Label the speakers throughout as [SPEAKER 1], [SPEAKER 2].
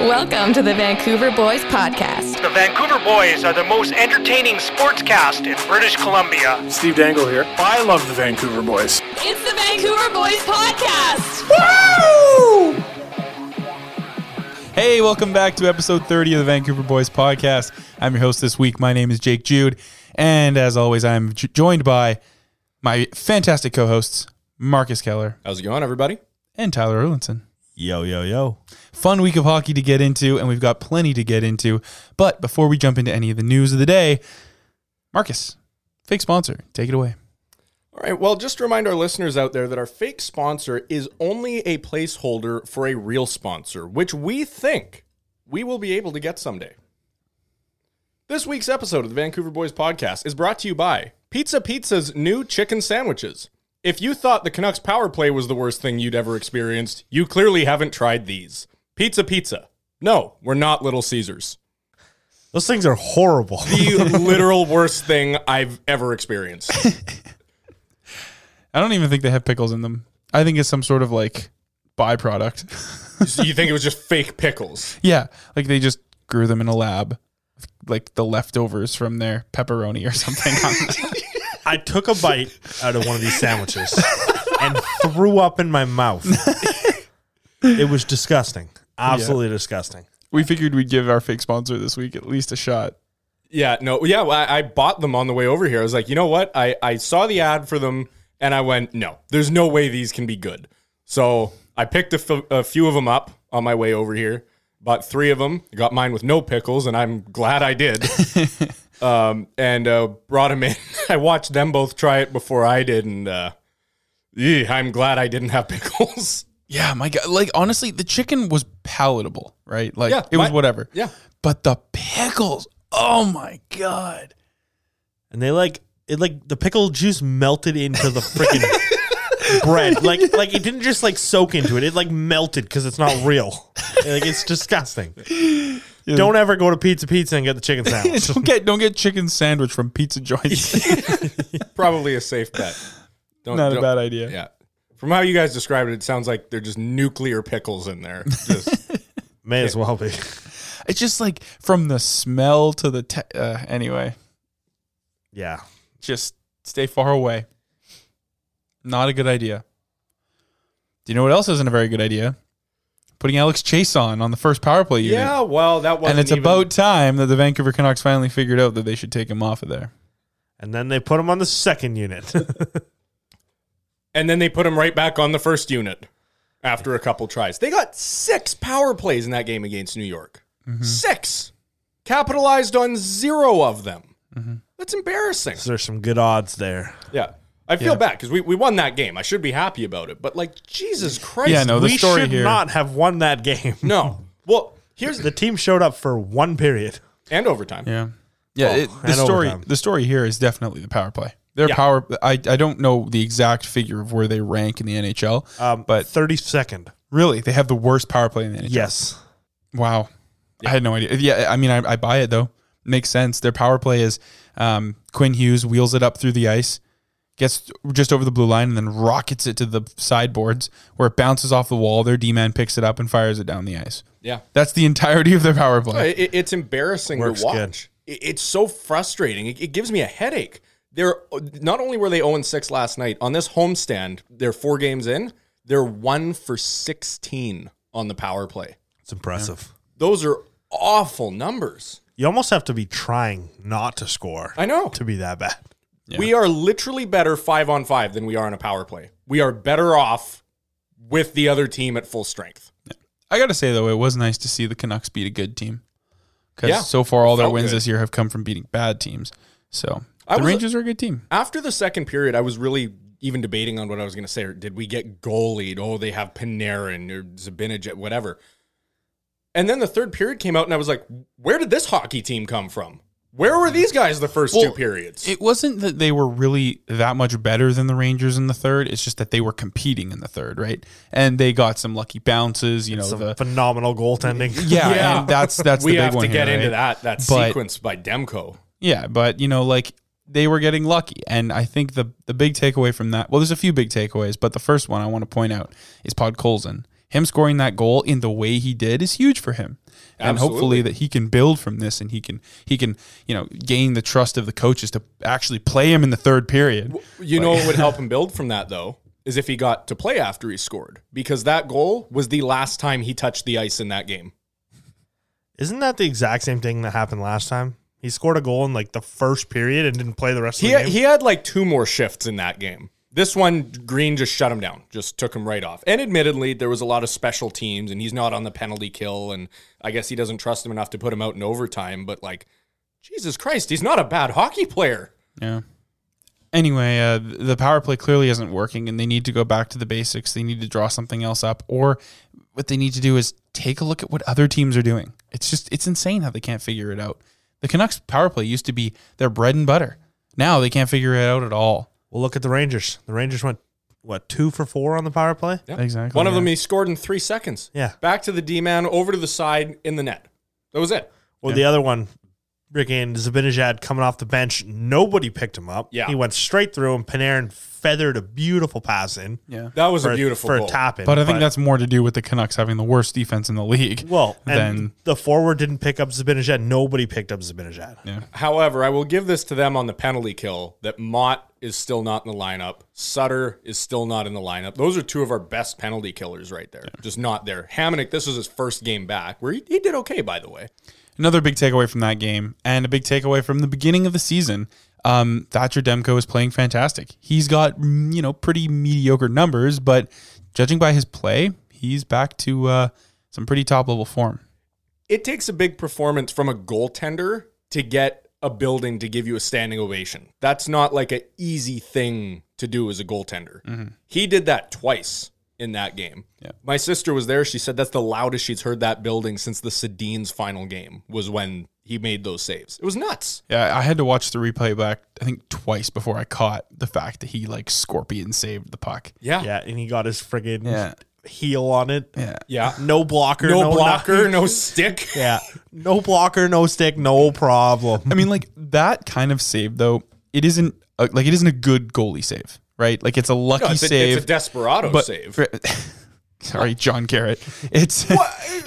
[SPEAKER 1] Welcome to the Vancouver Boys Podcast.
[SPEAKER 2] The Vancouver Boys are the most entertaining sportscast in British Columbia.
[SPEAKER 3] Steve Dangle here. I love the Vancouver boys.
[SPEAKER 1] It's the Vancouver Boys Podcast.
[SPEAKER 4] Hey, welcome back to episode 30 of the Vancouver Boys Podcast. I'm your host this week. My name is Jake Jude. And as always, I'm j- joined by my fantastic co hosts, Marcus Keller
[SPEAKER 5] How's it going, everybody?
[SPEAKER 4] and Tyler Erlinson.
[SPEAKER 5] Yo, yo, yo.
[SPEAKER 4] Fun week of hockey to get into, and we've got plenty to get into. But before we jump into any of the news of the day, Marcus, fake sponsor, take it away.
[SPEAKER 5] All right. Well, just to remind our listeners out there that our fake sponsor is only a placeholder for a real sponsor, which we think we will be able to get someday. This week's episode of the Vancouver Boys Podcast is brought to you by Pizza Pizza's new chicken sandwiches. If you thought the Canucks power play was the worst thing you'd ever experienced, you clearly haven't tried these. Pizza Pizza. No, we're not Little Caesars.
[SPEAKER 6] Those things are horrible.
[SPEAKER 5] The literal worst thing I've ever experienced.
[SPEAKER 4] I don't even think they have pickles in them. I think it's some sort of like byproduct.
[SPEAKER 5] So you think it was just fake pickles?
[SPEAKER 4] Yeah, like they just grew them in a lab, like the leftovers from their pepperoni or something.
[SPEAKER 6] I took a bite out of one of these sandwiches and threw up in my mouth. it was disgusting. Absolutely disgusting.
[SPEAKER 4] we figured we'd give our fake sponsor this week at least a shot.
[SPEAKER 5] Yeah, no, yeah. well, I, I bought them on the way over here. I was like, you know what? I I saw the ad for them, and I went, no, there's no way these can be good. So I picked a, f- a few of them up on my way over here. Bought three of them. Got mine with no pickles, and I'm glad I did. um, and uh, brought them in. I watched them both try it before I did, and uh, yeah, I'm glad I didn't have pickles.
[SPEAKER 4] Yeah, my god! Like honestly, the chicken was palatable, right? Like
[SPEAKER 5] Yeah,
[SPEAKER 4] it was
[SPEAKER 5] my-
[SPEAKER 4] whatever.
[SPEAKER 5] yeah.
[SPEAKER 4] but the pickles. Oh my god!
[SPEAKER 6] And they like it like the pickle juice melted into the freaking bread. Like like it didn't just like soak into it. It like melted because it's not real. Like it's disgusting. Don't ever go to Pizza Pizza and get the chicken sandwich.
[SPEAKER 4] don't get don't get chicken sandwich from pizza joints.
[SPEAKER 5] Probably a safe bet. Don't,
[SPEAKER 4] Not a
[SPEAKER 5] don't-
[SPEAKER 4] bad idea.
[SPEAKER 5] Yeah. From how you guys described it, it sounds like they're just nuclear pickles in there. Just,
[SPEAKER 6] May as well be.
[SPEAKER 4] It's just like from the smell to the te- uh, anyway.
[SPEAKER 6] Yeah.
[SPEAKER 4] just stay far away. Not a good idea. Do you know what else isn't a very good idea? Putting Alex Chase on on the first power play unit.
[SPEAKER 5] yeah, well, that wasn't
[SPEAKER 4] and it's
[SPEAKER 5] even-
[SPEAKER 4] about time that the Vancouver Canucks finally figured out that they should take him off of there.
[SPEAKER 6] And then they put him on the second unit.
[SPEAKER 5] And then they put him right back on the first unit after a couple tries. They got six power plays in that game against New York. Six. Capitalized on zero of them. That's embarrassing.
[SPEAKER 6] There's some good odds there.
[SPEAKER 5] Yeah. I feel bad because we, we won that game. I should be happy about it. But, like, Jesus Christ.
[SPEAKER 4] Yeah, no, Oh, the
[SPEAKER 6] we
[SPEAKER 4] story
[SPEAKER 6] should
[SPEAKER 4] here.
[SPEAKER 6] not have won that game.
[SPEAKER 5] No. Well, here's
[SPEAKER 6] The team showed up for one period.
[SPEAKER 5] and overtime.
[SPEAKER 4] yeah, yeah. it- the
[SPEAKER 6] and
[SPEAKER 4] story,
[SPEAKER 6] overtime.
[SPEAKER 4] the story here is definitely the power play. Their
[SPEAKER 5] Yeah.
[SPEAKER 4] power, I, I don't know the exact figure of where they rank in the NHL,
[SPEAKER 6] Um,
[SPEAKER 4] but
[SPEAKER 6] 32nd.
[SPEAKER 4] really they have the worst power play in the NHL.
[SPEAKER 6] Yes.
[SPEAKER 4] Wow. I had no idea. Yeah, I mean, I, I buy it though. Makes sense. Their power play is um, Quinn Hughes wheels it up through the ice, gets just over the blue line, and then rockets it to the sideboards where it bounces off the wall. Their D man picks it up and fires it down the ice.
[SPEAKER 5] Yeah.
[SPEAKER 4] That's the entirety of their power play.
[SPEAKER 5] It, it's embarrassing
[SPEAKER 6] Works
[SPEAKER 5] to
[SPEAKER 6] good.
[SPEAKER 5] watch. It, it's so frustrating. It, it gives me a headache. They're not only were they 0 6 last night on this homestand, they're four games in, they're one for 16 on the power play.
[SPEAKER 6] It's impressive.
[SPEAKER 5] Those are awful numbers.
[SPEAKER 6] You almost have to be trying not to score
[SPEAKER 5] I know.
[SPEAKER 6] to be that bad.
[SPEAKER 5] We are literally better five on five than we are in a power play. We are better off with the other team at full strength.
[SPEAKER 4] I got to say, though, it was nice to see the Canucks beat a good team because
[SPEAKER 5] Yeah.
[SPEAKER 4] so far all their
[SPEAKER 5] Felt
[SPEAKER 4] wins
[SPEAKER 5] good.
[SPEAKER 4] this year have come from beating bad teams. So
[SPEAKER 5] I
[SPEAKER 4] the
[SPEAKER 5] was-
[SPEAKER 4] Rangers are a good team.
[SPEAKER 5] After the second period, I was really even debating on what I was going to say. Or did we get goalied? Oh, they have Panarin or Zabinaj, whatever. And then the third period came out, and I was like, where did this hockey team come from? Where were these guys the first two
[SPEAKER 4] Well,
[SPEAKER 5] periods?
[SPEAKER 4] It wasn't that they were really that much better than the Rangers in the third. It's just that they were competing in the third, right? And they got some lucky bounces, you know.
[SPEAKER 6] Some
[SPEAKER 4] The,
[SPEAKER 6] phenomenal goaltending.
[SPEAKER 4] yeah,
[SPEAKER 5] Yeah.
[SPEAKER 4] and that's that's
[SPEAKER 5] we
[SPEAKER 4] the big
[SPEAKER 5] have
[SPEAKER 4] one
[SPEAKER 5] to get
[SPEAKER 4] here,
[SPEAKER 5] into
[SPEAKER 4] right?
[SPEAKER 5] that that
[SPEAKER 4] But-
[SPEAKER 5] sequence by Demko.
[SPEAKER 4] Yeah, but you know, like they were getting lucky, and I think the the big takeaway from that. Well, there's a few big takeaways, but the first one I want to point out is Pod Colson. him scoring that goal in the way he did is huge for him. And hopefully
[SPEAKER 5] Absolutely.
[SPEAKER 4] that he can build from this and he can he can, you know, gain the trust of the coaches to actually play him in the third period.
[SPEAKER 5] You know what would help him build from that though is if he got to play after he scored because that goal was the last time he touched the ice in that game.
[SPEAKER 6] Isn't that the exact same thing that happened last time? He scored a goal in like the first period and didn't play the rest of
[SPEAKER 5] He
[SPEAKER 6] the game.
[SPEAKER 5] he had like two more shifts in that game. This one Green just shut him down, just took him right off. And admittedly, there was a lot of special teams and he's not on the penalty kill and I guess he doesn't trust him enough to put him out in overtime, but like Jesus Christ, he's not a bad hockey player.
[SPEAKER 4] Yeah. Anyway, uh, th- the power play clearly isn't working, and they need to go back to the basics. They need to draw something else up, or what they need to do is take a look at what other teams are doing. It's just it's insane how they can't figure it out. The Canucks power play used to be their bread and butter. Now they can't figure it out at all.
[SPEAKER 6] well, look at the Rangers. The Rangers went what two for four on the power play.
[SPEAKER 5] Yeah.
[SPEAKER 4] Exactly,
[SPEAKER 5] One of
[SPEAKER 4] yeah.
[SPEAKER 5] them he scored in three seconds.
[SPEAKER 6] Yeah.
[SPEAKER 5] Back to the D man, over to the side, in the net. That was it.
[SPEAKER 6] Well, the other one, freaking Zabinajad coming off the bench. Nobody picked him up.
[SPEAKER 5] Yeah.
[SPEAKER 6] he went straight through him. Panarin feathered a beautiful pass in.
[SPEAKER 4] Yeah,
[SPEAKER 5] That was
[SPEAKER 6] for
[SPEAKER 5] a beautiful
[SPEAKER 6] for
[SPEAKER 5] goal.
[SPEAKER 6] a tap in.
[SPEAKER 4] but I think that's more to do with the Canucks having the worst defense in the league.
[SPEAKER 6] well. And
[SPEAKER 4] than
[SPEAKER 6] the forward didn't pick up Zabinajad. Nobody picked up Zabinajad. Yeah.
[SPEAKER 5] However, I will give this to them on the penalty kill that Mott is still not in the lineup. Sutter is still not in the lineup. Those are two of our best penalty killers right there. Just not there. Hamannik, this was his first game back, where he, he did okay, by the way.
[SPEAKER 4] another big takeaway from that game, and a big takeaway from the beginning of the season. Um, Thatcher Demko is playing fantastic. He's got mm, you know pretty mediocre numbers, but judging by his play, he's back to uh, some pretty top level form.
[SPEAKER 5] It takes a big performance from a goaltender to get a building to give you a standing ovation. That's not like an easy thing to do as a goaltender.
[SPEAKER 4] Mm-hmm.
[SPEAKER 5] He did that twice in that game. My sister was there. She said that's the loudest she's heard that building since the Sedin's final game was when he made those saves. It was nuts.
[SPEAKER 4] Yeah, I had to watch the replay back I think twice before I caught the fact that he like scorpion saved the puck.
[SPEAKER 5] Yeah. Yeah.
[SPEAKER 6] and he got his friggin'
[SPEAKER 4] Yeah.
[SPEAKER 6] heel on it.
[SPEAKER 4] Yeah.
[SPEAKER 6] No blocker.
[SPEAKER 5] No, blocker,
[SPEAKER 6] nothing.
[SPEAKER 5] no stick.
[SPEAKER 6] Yeah. No blocker, no stick, no problem.
[SPEAKER 4] I mean, like that kind of save though, it isn't a, like it isn't a good goalie save, right? Like it's a lucky
[SPEAKER 5] No, it's, a,
[SPEAKER 4] save.
[SPEAKER 5] it's a desperado
[SPEAKER 4] but
[SPEAKER 5] Oh, save.
[SPEAKER 4] for- sorry, John Garrett. It's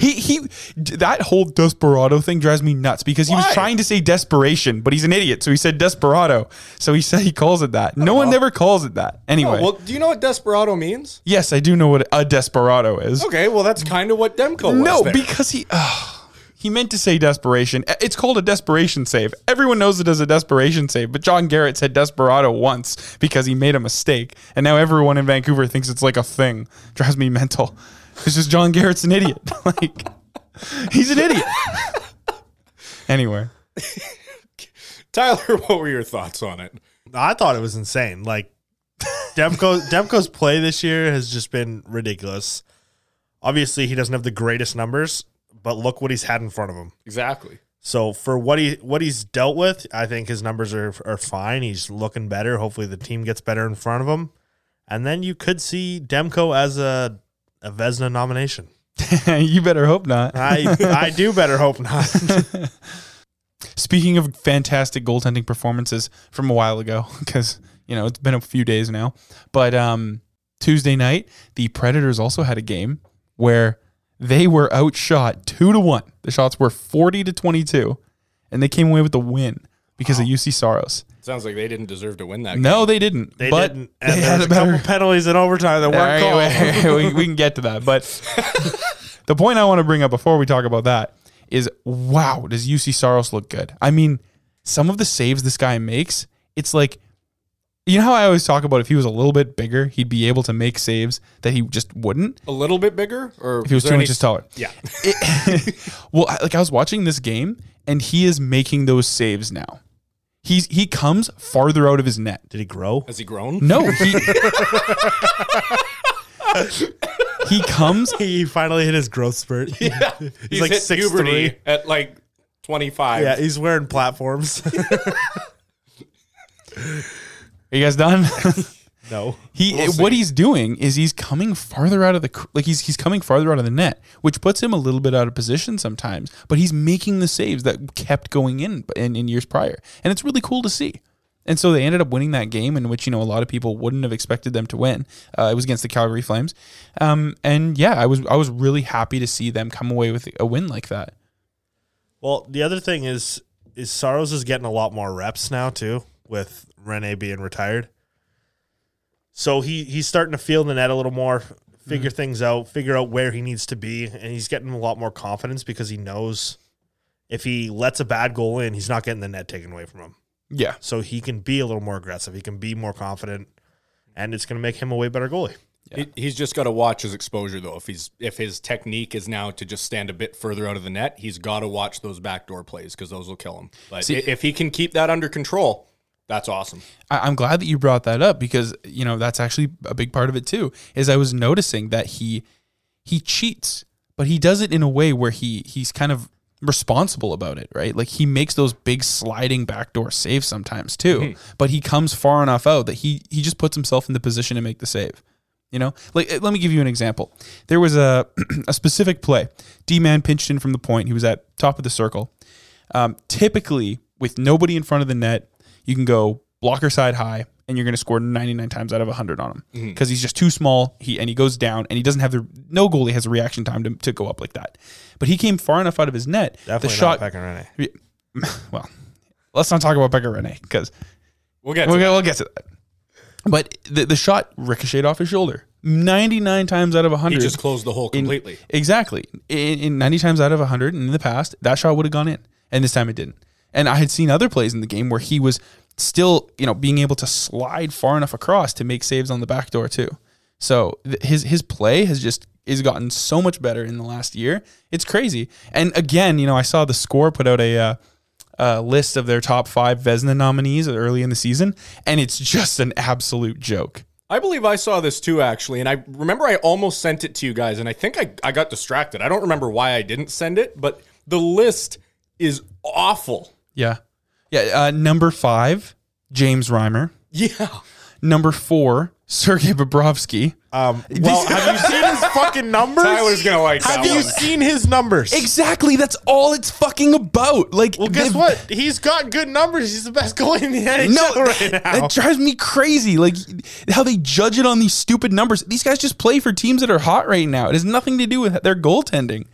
[SPEAKER 4] he he that whole desperado thing drives me nuts because he was
[SPEAKER 5] Why?
[SPEAKER 4] trying to say desperation, but he's an idiot, so he said desperado. So he said he calls it that. No one ever calls it that.
[SPEAKER 5] Oh,
[SPEAKER 4] Anyway,
[SPEAKER 5] well, do you know what desperado means?
[SPEAKER 4] yes, I do know what a desperado is.
[SPEAKER 5] Okay, well that's kind of what Demko was.
[SPEAKER 4] No,
[SPEAKER 5] there.
[SPEAKER 4] because he ugh, he meant to say desperation. E, It's called a desperation save. Everyone knows it as a desperation save, but John Garrett said desperado once because he made a mistake, and now everyone in Vancouver thinks it's like a thing. Drives me mental. It's just John Garrett's an idiot. like he's an idiot. anyway,
[SPEAKER 5] Tyler, what were your thoughts on it?
[SPEAKER 6] I thought it was insane. Like Demko Demko's play this year has just been ridiculous. Obviously, he doesn't have the greatest numbers, but look what he's had in front of him.
[SPEAKER 5] Exactly.
[SPEAKER 6] So for what he what he's dealt with, I think his numbers are are fine. He's looking better. Hopefully, the team gets better in front of him, and then you could see Demko as a a Vesna nomination.
[SPEAKER 4] you better hope not.
[SPEAKER 6] I I do better hope not.
[SPEAKER 4] Speaking of fantastic goaltending performances from a while ago, because you know it's been a few days now, but um, Tuesday night the Predators also had a game where they were outshot two to one. The shots were forty to twenty two, and they came away with the win because of UC Soros.
[SPEAKER 5] Sounds like they didn't deserve to win that. game.
[SPEAKER 4] No, they didn't.
[SPEAKER 6] They
[SPEAKER 4] but
[SPEAKER 6] didn't.
[SPEAKER 4] They
[SPEAKER 6] And
[SPEAKER 4] had
[SPEAKER 6] there's
[SPEAKER 4] a
[SPEAKER 6] a couple
[SPEAKER 4] better.
[SPEAKER 6] penalties in overtime that weren't
[SPEAKER 4] All
[SPEAKER 6] called.
[SPEAKER 4] right, we, we can get to that, but the point I want to bring up before we talk about that is wow, does UC Soros look good? I mean, some of the saves this guy makes, it's like you know how I always talk about if he was a little bit bigger, he'd be able to make saves that he just wouldn't
[SPEAKER 5] a little bit bigger, or
[SPEAKER 4] if he was two inches taller.
[SPEAKER 5] Yeah,
[SPEAKER 4] It- well, I- like I was watching this game and he is making those saves now. He's he comes farther out of his net.
[SPEAKER 6] Did he grow?
[SPEAKER 5] has he grown?
[SPEAKER 4] No, he he comes
[SPEAKER 6] He finally hit his growth spurt. Yeah, he's,
[SPEAKER 5] He's,
[SPEAKER 6] like
[SPEAKER 5] hit
[SPEAKER 6] six
[SPEAKER 5] puberty
[SPEAKER 6] three.
[SPEAKER 5] at like twenty five.
[SPEAKER 6] Yeah, he's wearing platforms.
[SPEAKER 4] Are you guys done?
[SPEAKER 6] no,
[SPEAKER 4] he what he's doing is he's coming farther out of the cr- like he's he's coming farther out of the net, which puts him a little bit out of position sometimes. But he's making the saves that kept going in in, in years prior, and it's really cool to see. And so they ended up winning that game, in which you know a lot of people wouldn't have expected them to win. Uh, it was against the Calgary Flames, um, and yeah, I was I was really happy to see them come away with a win like that.
[SPEAKER 6] Well, the other thing is is Saros is getting a lot more reps now too, with Rene being retired. So he he's starting to feel the net a little more,
[SPEAKER 5] Mm-hmm.
[SPEAKER 6] figure things out, figure out where he needs to be, and he's getting a lot more confidence because he knows if he lets a bad goal in, he's not getting the net taken away from him.
[SPEAKER 4] Yeah,
[SPEAKER 6] So he can be a little more aggressive. He can be more confident, and it's going to make him a way better goalie.
[SPEAKER 5] He, he's just got to watch his exposure though. If he's if his technique is now to just stand a bit further out of the net, he's got to watch those backdoor plays because those will kill him. But
[SPEAKER 4] See-
[SPEAKER 5] i- if he can keep that under control, that's awesome.
[SPEAKER 4] I, I'm glad that you brought that up because you know that's actually a big part of it too. Is I was noticing that he he cheats, but he does it in a way where he he's kind of responsible about it, right? Like he makes those big sliding backdoor saves sometimes too, but he comes far enough out that he he just puts himself in the position to make the save. You know, like eh, let me give you an example. There was a a specific play. D man pinched in from the point. He was at top of the circle. Um, typically, with nobody in front of the net, you can go blocker side high, and you're going to score 99 times out of 100 on him
[SPEAKER 6] Mm-hmm.
[SPEAKER 4] because he's just too small. He and he goes down, and he doesn't have the no goalie has a reaction time to, to go up like that. But he came far enough out of his net.
[SPEAKER 6] Definitely
[SPEAKER 4] the
[SPEAKER 6] not
[SPEAKER 4] shot.
[SPEAKER 6] Pekka Rene.
[SPEAKER 4] well, let's not talk about Becker Rene because
[SPEAKER 5] We'll get. To
[SPEAKER 4] we'll, we'll get to that. But the, the shot ricocheted off his shoulder 99 times out of 100.
[SPEAKER 5] He just closed the hole
[SPEAKER 4] In-
[SPEAKER 5] completely.
[SPEAKER 4] exactly. In, in 90 times out of 100 in the past, that shot would have gone in. And this time it didn't. And I had seen other plays in the game where he was still, you know, being able to slide far enough across to make saves on the back door too. So th- his his play has just is gotten so much better in the last year. It's crazy. And again, you know, I saw the score put out a uh, uh, list of their top five Vesna nominees early in the season, and it's just an absolute joke.
[SPEAKER 5] I believe I saw this too, actually, and I remember I almost sent it to you guys, and I think I, I got distracted. I don't remember why I didn't send it, but the list is awful.
[SPEAKER 4] Yeah, yeah. Uh, number five, James Reimer.
[SPEAKER 5] Yeah.
[SPEAKER 4] Number four, Sergei Bobrovsky.
[SPEAKER 6] Um, well, have you seen his fucking numbers?
[SPEAKER 5] Tyler's gonna like
[SPEAKER 6] Have
[SPEAKER 5] that
[SPEAKER 6] you
[SPEAKER 5] one.
[SPEAKER 6] seen his numbers?
[SPEAKER 4] Exactly. That's all it's fucking about. Like,
[SPEAKER 6] Well, guess
[SPEAKER 4] they-
[SPEAKER 6] what? He's got good numbers. He's the best goalie in the NHL
[SPEAKER 4] No,
[SPEAKER 6] right now.
[SPEAKER 4] that drives me crazy. Like how they judge it on these stupid numbers. These guys just play for teams that are hot right now. It has nothing to do with their goaltending.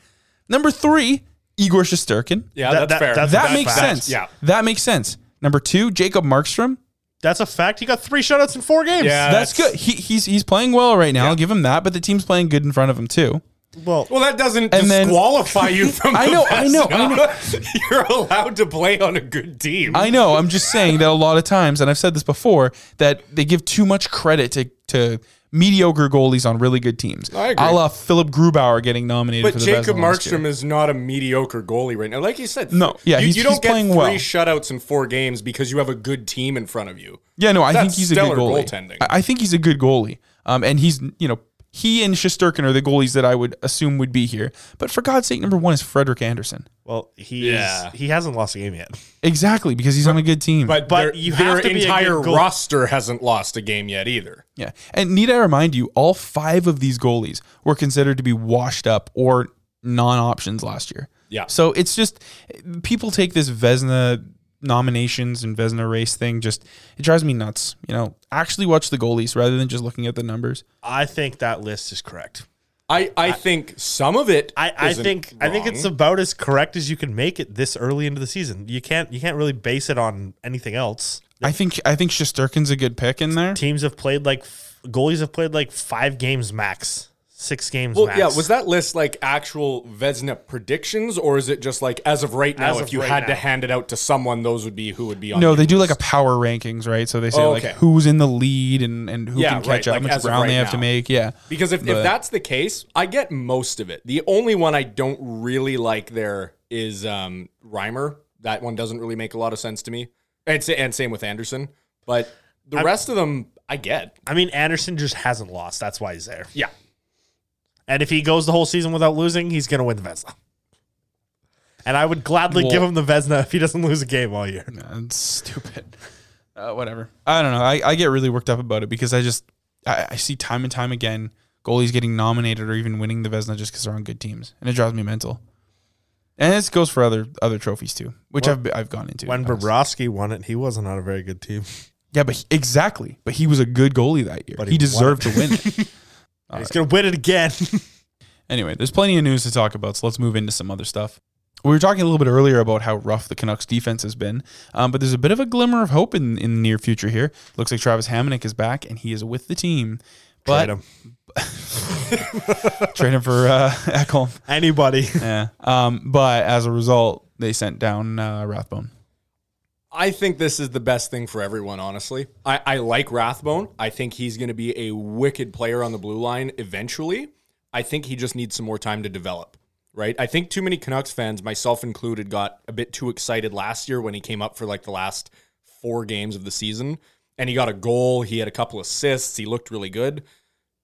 [SPEAKER 4] Number three, Igor Shosturkin.
[SPEAKER 5] Yeah,
[SPEAKER 6] That-
[SPEAKER 5] that's
[SPEAKER 6] that-
[SPEAKER 5] fair.
[SPEAKER 6] that's-
[SPEAKER 4] that
[SPEAKER 6] bad
[SPEAKER 4] makes
[SPEAKER 6] fact.
[SPEAKER 4] sense.
[SPEAKER 5] Yeah.
[SPEAKER 4] that makes sense. Number two, Jacob Markstrom.
[SPEAKER 6] That's a fact. He got three shutouts in four games.
[SPEAKER 5] Yeah.
[SPEAKER 4] That's,
[SPEAKER 5] That's-
[SPEAKER 4] good. He, he's he's playing well right now. I'll give him that. But the team's playing good in front of him too.
[SPEAKER 6] Well,
[SPEAKER 5] well, that doesn't
[SPEAKER 4] And then-
[SPEAKER 5] disqualify you from.
[SPEAKER 4] I
[SPEAKER 5] the
[SPEAKER 4] know, I
[SPEAKER 5] best.
[SPEAKER 4] know, I know.
[SPEAKER 5] You're allowed to play on a good team.
[SPEAKER 4] I know. I'm just saying that a lot of times, and I've said this before, that they give too much credit to, to mediocre goalies on really good teams.
[SPEAKER 5] I agree.
[SPEAKER 4] A la Philip Grubauer getting nominated.
[SPEAKER 5] but
[SPEAKER 4] for the
[SPEAKER 5] Jacob
[SPEAKER 4] Vezina last
[SPEAKER 5] Markstrom
[SPEAKER 4] year.
[SPEAKER 5] is not a mediocre goalie right now. Like you said,
[SPEAKER 4] No, yeah,
[SPEAKER 5] you,
[SPEAKER 4] he's-
[SPEAKER 5] you don't
[SPEAKER 4] he's
[SPEAKER 5] get
[SPEAKER 4] playing
[SPEAKER 5] three
[SPEAKER 4] well.
[SPEAKER 5] shutouts in four games because you have a good team in front of you.
[SPEAKER 4] Yeah, no, I
[SPEAKER 5] That's
[SPEAKER 4] think he's a good
[SPEAKER 5] stellar
[SPEAKER 4] goalie.
[SPEAKER 5] goaltending.
[SPEAKER 4] I, I think he's a good goalie. Um, and he's you know he and Shosturkin are the goalies that I would assume would be here. But for God's sake, number one is Frederick Anderson.
[SPEAKER 6] well, he
[SPEAKER 5] Yeah.
[SPEAKER 6] he hasn't lost a game yet.
[SPEAKER 4] Exactly, because he's on a good team.
[SPEAKER 5] But,
[SPEAKER 6] But
[SPEAKER 5] their,
[SPEAKER 6] you
[SPEAKER 5] their
[SPEAKER 6] have to be a good
[SPEAKER 5] entire
[SPEAKER 6] goal-
[SPEAKER 5] roster hasn't lost a game yet either.
[SPEAKER 4] Yeah. And need I remind you, all five of these goalies were considered to be washed up or non options last year.
[SPEAKER 5] Yeah.
[SPEAKER 4] So it's just people take this Vesna nominations and Vesna race thing, just it drives me nuts. You know, actually watch the goalies rather than just looking at the numbers.
[SPEAKER 6] I think that list is correct.
[SPEAKER 5] I, I think some of it.
[SPEAKER 6] I, I
[SPEAKER 5] isn't
[SPEAKER 6] think I think it's
[SPEAKER 5] wrong.
[SPEAKER 6] about as correct as you can make it this early into the season. You can't you can't really base it on anything else.
[SPEAKER 4] I think I think Shusterkin's a good pick in there.
[SPEAKER 6] Teams have played like f- goalies have played like five games max, six games
[SPEAKER 5] Well,
[SPEAKER 6] max.
[SPEAKER 5] yeah. Was that list like actual Vesna predictions, or is it just like as of right now?
[SPEAKER 6] As of
[SPEAKER 5] if you
[SPEAKER 6] right
[SPEAKER 5] had to
[SPEAKER 6] now.
[SPEAKER 5] hand it out to someone, those would be who would be on.
[SPEAKER 4] No,
[SPEAKER 5] your
[SPEAKER 4] they do
[SPEAKER 5] list.
[SPEAKER 4] like a power rankings, right? So they say
[SPEAKER 5] Oh,
[SPEAKER 4] like
[SPEAKER 5] okay.
[SPEAKER 4] who's in the lead and, and who
[SPEAKER 5] Yeah,
[SPEAKER 4] can catch
[SPEAKER 5] right,
[SPEAKER 4] up, how
[SPEAKER 5] like,
[SPEAKER 4] much
[SPEAKER 5] as of
[SPEAKER 4] ground they
[SPEAKER 5] right
[SPEAKER 4] have to
[SPEAKER 5] now.
[SPEAKER 4] make. Yeah.
[SPEAKER 5] Because if,
[SPEAKER 4] But-
[SPEAKER 5] if that's the case, I get most of it. The only one I don't really like there is um, Reimer. That one doesn't really make a lot of sense to me. And, sa- and same with Anderson. But the rest of them, I get.
[SPEAKER 6] I mean, Anderson just hasn't lost. That's why he's there.
[SPEAKER 5] Yeah.
[SPEAKER 6] And if he goes the whole season without losing, he's going to win the Vesna. And I would gladly
[SPEAKER 4] Well-
[SPEAKER 6] give him the Vesna if he doesn't lose a game all year.
[SPEAKER 4] That's stupid. Uh, whatever. I don't know. I, I get really worked up about it because I just I, I see time and time again goalies getting nominated or even winning the Vesna just because they're on good teams, and it drives me mental. And this goes for other other trophies too, which I've I've gone into.
[SPEAKER 6] When
[SPEAKER 4] in the past.
[SPEAKER 6] Bobrovsky won it, he wasn't on a very good team.
[SPEAKER 4] yeah, but he- exactly. But he was a good goalie that year.
[SPEAKER 6] But
[SPEAKER 4] he,
[SPEAKER 6] he won
[SPEAKER 4] deserved to win it.
[SPEAKER 6] He's gonna win it again.
[SPEAKER 4] Anyway, there's plenty of news to talk about, so let's move into some other stuff. We were talking a little bit earlier about how rough the Canucks defense has been, um, but there's a bit of a glimmer of hope in, in the near future here. Looks like Travis Hamonic is back and he is with the team. But
[SPEAKER 6] Trade him.
[SPEAKER 4] trade him for uh, Ekholm.
[SPEAKER 6] Anybody.
[SPEAKER 4] Yeah. Um, but as a result, they sent down uh, Rathbone.
[SPEAKER 5] I think this is the best thing for everyone, honestly. I, I like Rathbone. I think he's going to be a wicked player on the blue line eventually. I think he just needs some more time to develop, right? I think too many Canucks fans, myself included, got a bit too excited last year when he came up for like the last four games of the season and he got a goal. He had a couple assists. He looked really good.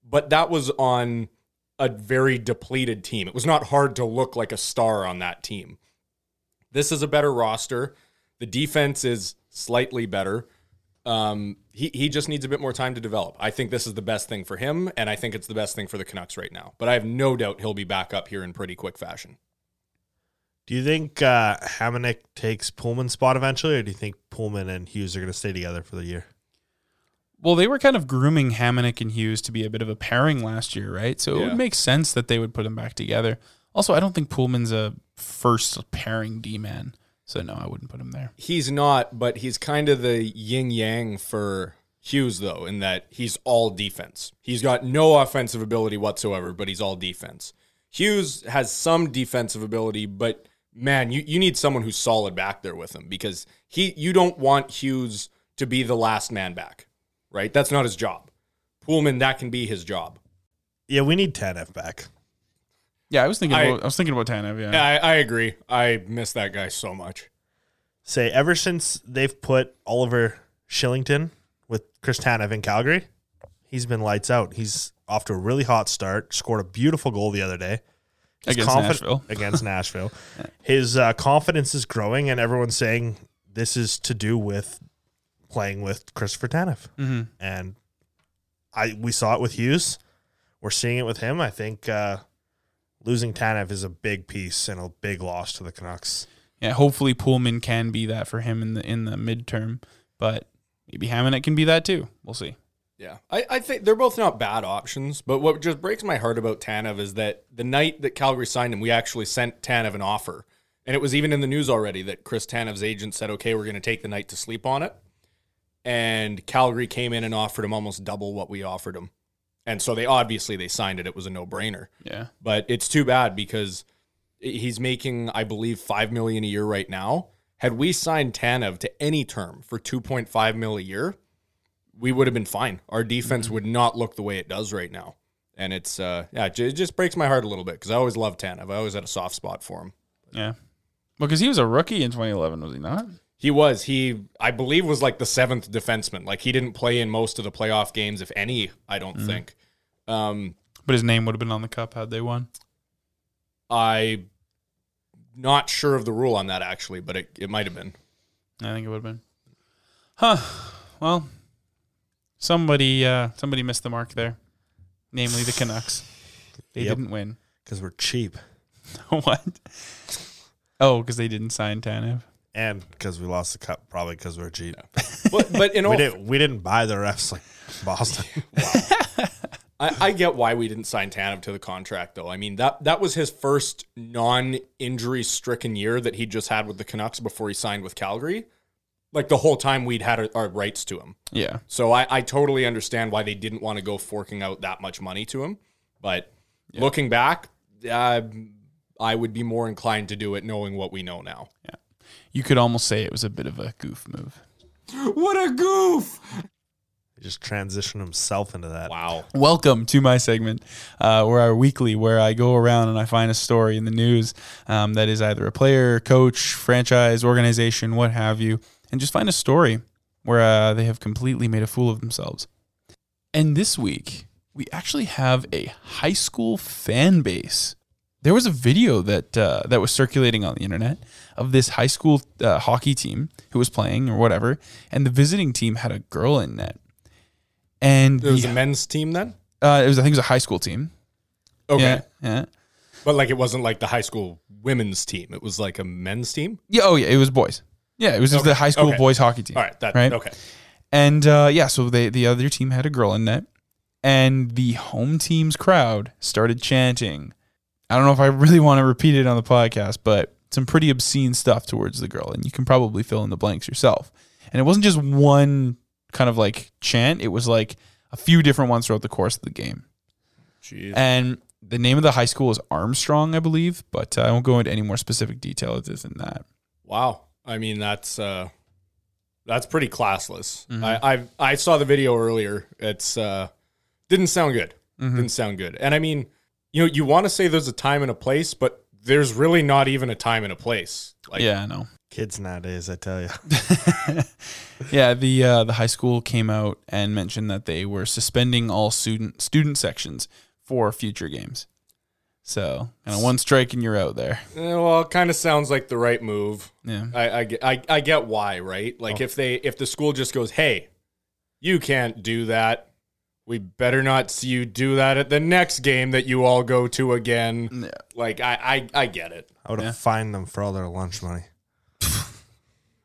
[SPEAKER 5] But that was on a very depleted team. It was not hard to look like a star on that team. This is a better roster. The defense is slightly better. Um, he, he just needs a bit more time to develop. I think this is the best thing for him, and I think it's the best thing for the Canucks right now. But I have no doubt he'll be back up here in pretty quick fashion.
[SPEAKER 6] Do you think uh, Hamonic takes Pullman's spot eventually, or do you think Pullman and Hughes are going to stay together for the year?
[SPEAKER 4] Well, they were kind of grooming Hamannik and Hughes to be a bit of a pairing last year, right? So it
[SPEAKER 5] Yeah.
[SPEAKER 4] would make sense that they would put them back together. Also, I don't think Pullman's a first pairing D man. So no, I wouldn't put him there.
[SPEAKER 5] He's not, but he's kind of the yin yang for Hughes, though, in that he's all defense. He's got no offensive ability whatsoever, but he's all defense. Hughes has some defensive ability, but man, you, you need someone who's solid back there with him because he you don't want Hughes to be the last man back, right? That's not his job. Pullman, that can be his job.
[SPEAKER 6] Yeah, we need Tanev back.
[SPEAKER 4] Yeah, I was thinking.
[SPEAKER 5] I-
[SPEAKER 4] about, I was thinking about Tanev. Yeah.
[SPEAKER 5] I, I agree. I miss that guy so much.
[SPEAKER 6] Say, ever since they've put Oliver Shillington with Chris Tanev in Calgary, he's been lights out. He's off to a really hot start, scored a beautiful goal the other day. His
[SPEAKER 4] Against
[SPEAKER 6] confi-
[SPEAKER 4] Nashville.
[SPEAKER 6] Against Nashville. His uh, confidence is growing, and everyone's saying this is to do with playing with Christopher Tanev.
[SPEAKER 4] Mm-hmm.
[SPEAKER 6] And I we saw it with Hughes. We're seeing it with him. I think uh, losing Tanev is a big piece and a big loss to the Canucks.
[SPEAKER 4] yeah. Hopefully, Pullman can be that for him in the in the midterm, but maybe Hamannik can be that too. We'll see.
[SPEAKER 5] Yeah, I, I think they're both not bad options. But what just breaks my heart about Tanev is that the night that Calgary signed him, we actually sent Tanev an offer. And it was even in the news already that Chris Tanev's agent said, okay, we're going to take the night to sleep on it. And Calgary came in and offered him almost double what we offered him. And so they obviously they signed it. It was a no brainer
[SPEAKER 4] Yeah.
[SPEAKER 5] but it's too bad because he's making i believe 5 million a year right now had we signed tanev to any term for 2.5 mil a year we would have been fine our defense would not look the way it does right now and it's uh yeah it ju- it just breaks my heart a little bit because i always loved tanev i always had a soft spot for him
[SPEAKER 4] Yeah. Well, because he was a rookie in 2011, was he not?
[SPEAKER 5] he was he i believe was like the seventh defenseman like he didn't play in most of the playoff games if any i don't think um
[SPEAKER 4] But his name would have been on the cup had they won.
[SPEAKER 5] i not sure of the rule on that actually but it, it might have been
[SPEAKER 4] I think it would have been. Huh. Well, somebody uh, somebody missed the mark there, namely the Canucks. They
[SPEAKER 6] Yep.
[SPEAKER 4] didn't win.
[SPEAKER 6] because we're cheap
[SPEAKER 4] what? Oh, because they didn't sign Tanev.
[SPEAKER 6] and because we lost the cup, probably because we're cheap.
[SPEAKER 5] but, but in all
[SPEAKER 6] We didn't. We didn't buy the refs like Boston.
[SPEAKER 5] I, I get why we didn't sign Tanev to the contract, though. I mean that that was his first non-injury stricken year that he just had with the Canucks before he signed with Calgary. Like the whole time we'd had our, our rights to him,
[SPEAKER 4] Yeah.
[SPEAKER 5] so I, I totally understand why they didn't want to go forking out that much money to him. But looking back, uh, I would be more inclined to do it knowing what we know now.
[SPEAKER 4] You could almost say it was a bit of a goof move.
[SPEAKER 6] He just transitioned himself into that.
[SPEAKER 5] Wow.
[SPEAKER 4] Welcome to my segment, uh, where I weekly, where I go around and I find a story in the news um, that is either a player, coach, franchise, organization, what have you, and just find a story where uh, they have completely made a fool of themselves. And this week, we actually have a high school fan base. There was a video that uh, that was circulating on the internet of this high school uh, hockey team who was playing or whatever, and the visiting team had a girl in net. And
[SPEAKER 5] There was
[SPEAKER 4] the-
[SPEAKER 5] a men's team then.
[SPEAKER 4] uh, it was I think it was a high school team.
[SPEAKER 5] Okay.
[SPEAKER 4] Yeah, yeah.
[SPEAKER 5] But like it wasn't like the high school women's team. It was like a men's team.
[SPEAKER 4] Yeah, oh yeah, it was boys. Yeah, it was just the high school
[SPEAKER 5] okay.
[SPEAKER 4] boys hockey team.
[SPEAKER 5] All right, that
[SPEAKER 4] right.
[SPEAKER 5] okay.
[SPEAKER 4] And uh, yeah, so they, the other team had a girl in net, and the home team's crowd started chanting. I don't know if I really want to repeat it on the podcast, but some pretty obscene stuff towards the girl, and you can probably fill in the blanks yourself. And it wasn't just one kind of like chant; it was like a few different ones throughout the course of the game. And the name of the high school is Armstrong, I believe, but uh, I won't go into any more specific detail other than that.
[SPEAKER 5] Wow. I mean, that's uh that's pretty classless.
[SPEAKER 4] Mm-hmm.
[SPEAKER 5] I, I I saw the video earlier. It's uh didn't sound good.
[SPEAKER 4] Mm-hmm.
[SPEAKER 5] Didn't sound good. And I mean, you know, you want to say there's a time and a place, but there's really not even a time and a place. Like
[SPEAKER 4] Yeah, I know.
[SPEAKER 6] Kids nowadays, I tell you.
[SPEAKER 4] Yeah, the uh, the high school came out and mentioned that they were suspending all student student sections for future games. So, kind of one strike and you're out there.
[SPEAKER 5] eh, well, it kind of sounds like the right move.
[SPEAKER 4] Yeah.
[SPEAKER 5] I I get, I, I get why, right? Like if they if the school just goes, "Hey, you can't do that. We better not see you do that at the next game that you all go to again." Like I I, I get it.
[SPEAKER 6] I would have fined them for all their lunch money.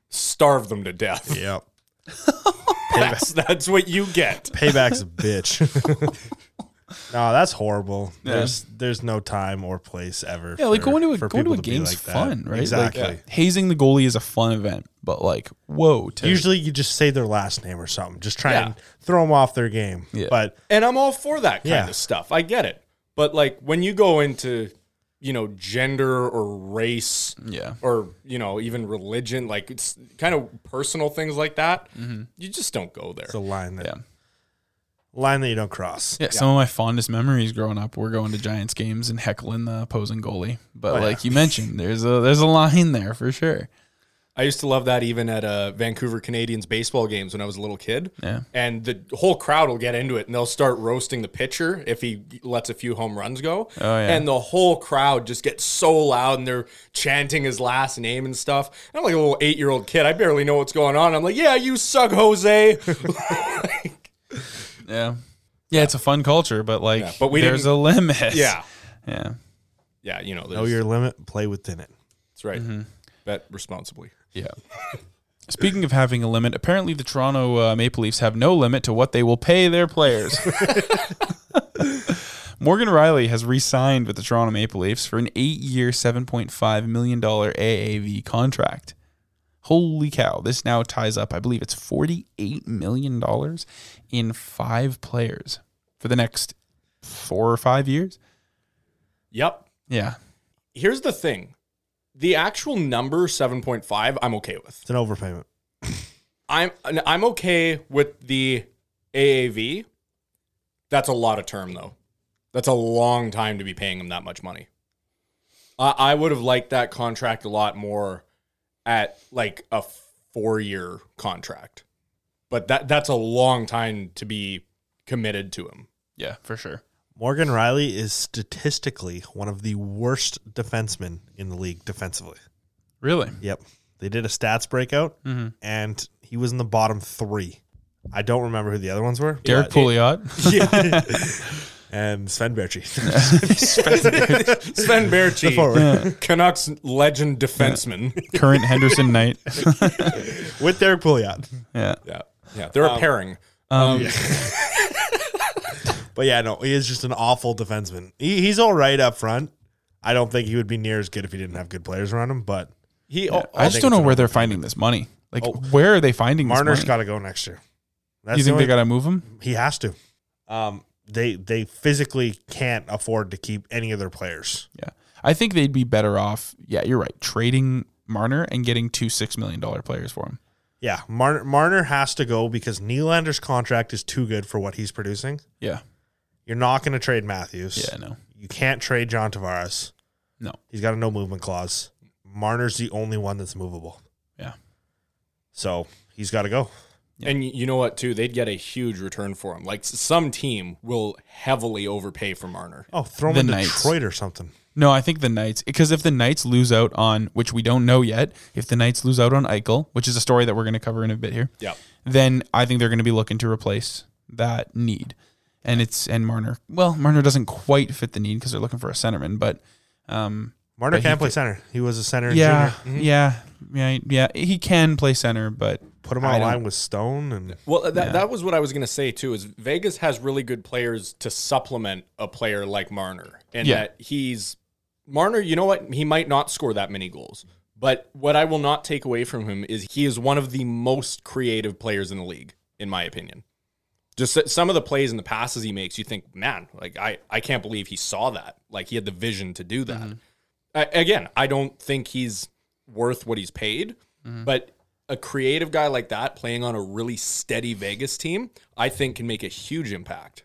[SPEAKER 5] starve them to death.
[SPEAKER 6] Yep.
[SPEAKER 5] That's, that's what you get.
[SPEAKER 6] Payback's a bitch. no, that's horrible. There's there's no time or place ever.
[SPEAKER 4] Yeah, like
[SPEAKER 6] for-
[SPEAKER 4] going to a
[SPEAKER 6] for
[SPEAKER 4] going to a
[SPEAKER 6] people be
[SPEAKER 4] game's
[SPEAKER 6] like that.
[SPEAKER 4] fun, right?
[SPEAKER 6] Exactly.
[SPEAKER 4] Like hazing the goalie is a fun event, but like, whoa, to,
[SPEAKER 6] Usually, you just say their last name or something. Just try
[SPEAKER 5] Yeah.
[SPEAKER 6] and throw them off their game.
[SPEAKER 4] Yeah.
[SPEAKER 6] But
[SPEAKER 5] And I'm all for that kind
[SPEAKER 6] Yeah.
[SPEAKER 5] of stuff. I get it. But like when you go into, you know, gender or race
[SPEAKER 4] yeah,
[SPEAKER 5] or, you know, even religion, like it's kind of personal things like that, you just don't go there.
[SPEAKER 6] it's a line that
[SPEAKER 4] yeah,
[SPEAKER 6] line that you don't cross.
[SPEAKER 4] yeah. Some of my fondest memories growing up were going to Giants games and heckling the opposing goalie. But
[SPEAKER 5] Oh,
[SPEAKER 6] yeah.
[SPEAKER 4] like you mentioned, there's a there's a line there for sure.
[SPEAKER 5] I used to love that even at uh, Vancouver Canadians baseball games when I was a little kid.
[SPEAKER 4] Yeah.
[SPEAKER 5] And the whole crowd will get into it and they'll start roasting the pitcher if he lets a few home runs go.
[SPEAKER 4] Oh, yeah.
[SPEAKER 5] And the whole crowd just gets so loud and they're chanting his last name and stuff. And I'm like a little eight year old kid. I barely know what's going on. I'm like, yeah, you suck, Jose. Like,
[SPEAKER 4] Yeah, yeah, it's a fun culture, but like,
[SPEAKER 5] Yeah, but we
[SPEAKER 4] there's
[SPEAKER 5] didn't-
[SPEAKER 4] a limit.
[SPEAKER 5] yeah.
[SPEAKER 4] yeah.
[SPEAKER 5] Yeah. You know,
[SPEAKER 4] Oh,
[SPEAKER 6] Know
[SPEAKER 5] there's,
[SPEAKER 6] your limit. Play within it.
[SPEAKER 5] that's right.
[SPEAKER 4] Mm-hmm.
[SPEAKER 5] Bet responsibly.
[SPEAKER 4] Yeah. Speaking of having a limit, apparently the Toronto uh, Maple Leafs have no limit to what they will pay their players. Morgan Riley has re signed with the Toronto Maple Leafs for an eight year, $7.5 million AAV contract. Holy cow. This now ties up, I believe it's $48 million in five players for the next four or five years.
[SPEAKER 5] Yep.
[SPEAKER 4] Yeah.
[SPEAKER 5] Here's the thing the actual number 7.5, I'm okay with.
[SPEAKER 6] It's an overpayment.
[SPEAKER 5] I'm I'm okay with the AAV. That's a lot of term though. That's a long time to be paying him that much money. I, I would have liked that contract a lot more at like a four year contract, but that that's a long time to be committed to him.
[SPEAKER 4] Yeah, for sure.
[SPEAKER 6] Morgan Riley is statistically one of the worst defensemen in the league defensively.
[SPEAKER 4] Really?
[SPEAKER 6] Yep. They did a stats breakout,
[SPEAKER 4] Mm-hmm.
[SPEAKER 6] and he was in the bottom three. I don't remember who the other ones were.
[SPEAKER 4] Derek Pouliot?
[SPEAKER 6] Yeah. and Sven Berchi.
[SPEAKER 5] Sven
[SPEAKER 6] The
[SPEAKER 5] Berchi,
[SPEAKER 6] forward.
[SPEAKER 5] Canucks legend defenseman.
[SPEAKER 4] Current Henderson Knight.
[SPEAKER 6] With Derek Pouliot.
[SPEAKER 4] yeah.
[SPEAKER 5] yeah, Um, yeah, they're a pairing.
[SPEAKER 4] Um,
[SPEAKER 6] But yeah, no, he is just an awful defenseman. He, he's all right up front. I don't think he would be near as good if he didn't have good players around him, but
[SPEAKER 5] He
[SPEAKER 4] I, just
[SPEAKER 6] think
[SPEAKER 4] don't
[SPEAKER 6] it's
[SPEAKER 4] know
[SPEAKER 6] an
[SPEAKER 4] where they're finding this money. Like, where are they finding
[SPEAKER 6] Marner's
[SPEAKER 4] this money?
[SPEAKER 6] got to go next year. That's
[SPEAKER 4] You
[SPEAKER 6] the
[SPEAKER 4] think they
[SPEAKER 6] only-
[SPEAKER 4] got to move him?
[SPEAKER 6] he has to. Um, they they physically can't afford to keep any of their players.
[SPEAKER 4] Yeah, I think they'd be better off. Yeah, you're right. Trading Marner and getting two six million dollar players for him.
[SPEAKER 6] Yeah, Marner, Marner has to go because Nylander's contract is too good for what he's producing.
[SPEAKER 4] Yeah,
[SPEAKER 6] You're not going to trade Matthews.
[SPEAKER 4] yeah, no,
[SPEAKER 6] You can't trade John Tavares.
[SPEAKER 4] no,
[SPEAKER 6] He's got a no movement clause. Marner's the only one that's movable.
[SPEAKER 4] yeah,
[SPEAKER 6] So he's got to go.
[SPEAKER 5] And y- you know what, too? They'd get a huge return for him. Like s- some team will heavily overpay for Marner.
[SPEAKER 6] Oh, throw him
[SPEAKER 4] The
[SPEAKER 6] in
[SPEAKER 4] Knights.
[SPEAKER 6] Detroit or something.
[SPEAKER 4] no. I think the Knights because if the Knights lose out on which we don't know yet, if the Knights lose out on Eichel, which is a story that we're going to cover in a bit here,
[SPEAKER 5] Yeah.
[SPEAKER 4] then I think they're going to be looking to replace that need. And it's and Marner. Well, Marner doesn't quite fit the need because they're looking for a centerman, but Um,
[SPEAKER 6] Marner
[SPEAKER 4] But
[SPEAKER 6] can
[SPEAKER 4] he
[SPEAKER 6] play center. He was a center. in
[SPEAKER 4] yeah,
[SPEAKER 6] junior.
[SPEAKER 4] yeah, yeah, yeah. He can play center, but
[SPEAKER 6] Put him
[SPEAKER 4] I
[SPEAKER 6] on a
[SPEAKER 4] don't-
[SPEAKER 6] line with Stone and
[SPEAKER 5] Well, that, that was what I was going to say too. Is Vegas has really good players to supplement a player like Marner, and
[SPEAKER 4] Yeah.
[SPEAKER 5] that he's Marner. You know what? He might not score that many goals, but what I will not take away from him is he is one of the most creative players in the league, in my opinion. Just that some of the plays and the passes he makes, you think, man, like I, I can't believe he saw that. Like he had the vision to do that. I, again, I don't think he's worth what he's paid, Mm-hmm. but a creative guy like that playing on a really steady Vegas team, I think can make a huge impact.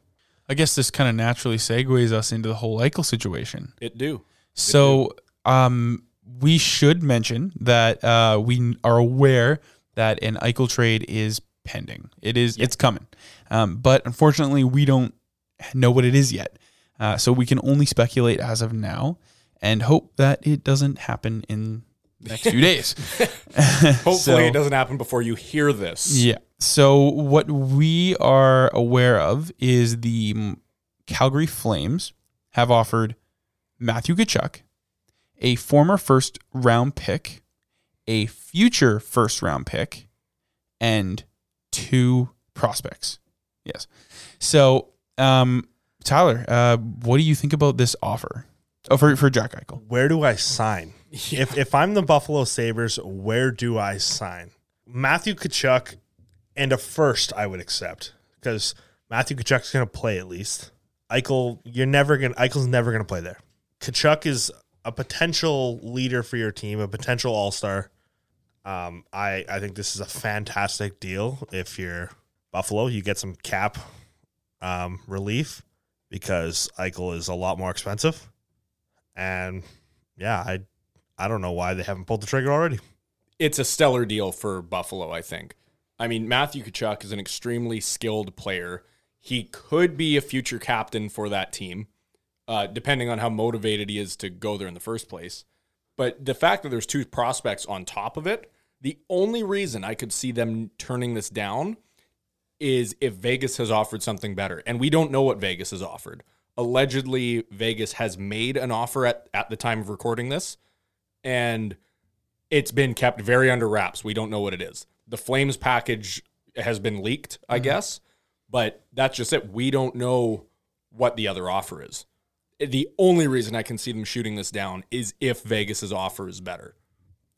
[SPEAKER 4] I guess this kind of naturally segues us into the whole Eichel situation.
[SPEAKER 5] It do.
[SPEAKER 4] So um, we should mention that uh, we are aware that an Eichel trade is pending. It is it's coming, um, but unfortunately we don't know what it is yet. Uh, so we can only speculate as of now and hope that it doesn't happen in the next few days.
[SPEAKER 5] Hopefully
[SPEAKER 4] So-
[SPEAKER 5] it doesn't happen before you hear this.
[SPEAKER 4] Yeah. So what we are aware of is the M- Calgary Flames have offered Matthew Kachuk a former first round pick, a future first round pick, and two prospects. Yes. So, um, Tyler, uh, what do you think about this offer? Oh, for, for Jack Eichel.
[SPEAKER 6] where do I sign? If if I'm the Buffalo Sabres, where do I sign? Matthew Kachuk and a first I would accept because Matthew Kachuk's going to play at least. Eichel, you're never going to Eichel's never going to play there. Kachuk is a potential leader for your team, a potential all-star. Um, I I think this is a fantastic deal if you're Buffalo, you get some cap um, relief because Eichel is a lot more expensive. And yeah, I I don't know why they haven't pulled the trigger already.
[SPEAKER 5] It's a stellar deal for Buffalo, I think. I mean, Matthew Kachuk is an extremely skilled player. He could be a future captain for that team, uh, depending on how motivated he is to go there in the first place. But the fact that there's two prospects on top of it, the only reason I could see them turning this down is if Vegas has offered something better. And we don't know what Vegas has offered. Allegedly, Vegas has made an offer at, at the time of recording this, and it's been kept very under wraps. We don't know what it is. The Flames package has been leaked, I guess, but that's just it. We don't know what the other offer is. The only reason I can see them shooting this down is if Vegas's offer is better,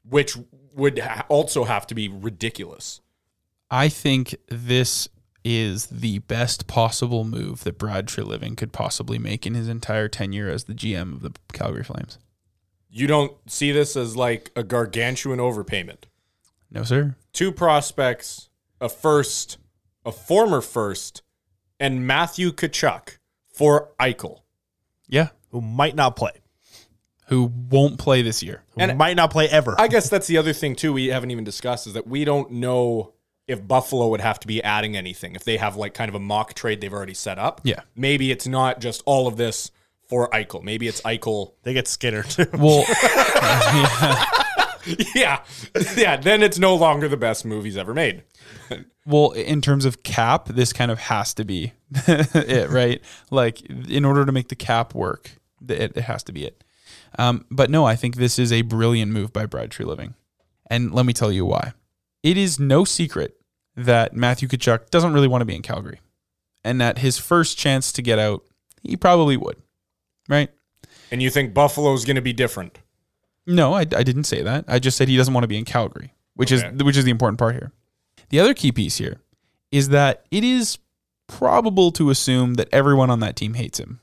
[SPEAKER 5] which would ha- also have to be ridiculous.
[SPEAKER 4] I think this is the best possible move that Brad Treliving could possibly make in his entire tenure as the GM of the Calgary Flames.
[SPEAKER 5] You don't see this as like a gargantuan overpayment.
[SPEAKER 4] No, sir.
[SPEAKER 5] Two prospects, a first, a former first, and Matthew Kachuk for Eichel.
[SPEAKER 4] Yeah.
[SPEAKER 6] Who might not play?
[SPEAKER 4] Who won't play this year?
[SPEAKER 6] Who might not play ever?
[SPEAKER 5] I guess that's the other thing too we haven't even discussed is that we don't know if Buffalo would have to be adding anything if they have like kind of a mock trade they've already set up.
[SPEAKER 4] Yeah.
[SPEAKER 5] Maybe it's not just all of this for Eichel. Maybe it's Eichel.
[SPEAKER 6] they get Skinner too.
[SPEAKER 4] Well,
[SPEAKER 5] yeah. Yeah, then it's no longer the best movies ever made.
[SPEAKER 4] well, in terms of cap, this kind of has to be it, right? Like, in order to make the cap work, th- it, it has to be it. Um, but no, I think this is a brilliant move by Brad Treliving, and let me tell you why. It is no secret that Matthew Kachuk doesn't really want to be in Calgary, and that his first chance to get out, he probably would, right?
[SPEAKER 5] And you think Buffalo's going to be different?
[SPEAKER 4] No, I, I didn't say that. I just said he doesn't want to be in Calgary, which
[SPEAKER 5] Okay.
[SPEAKER 4] is which is the important part here. The other key piece here is that it is probable to assume that everyone on that team hates him.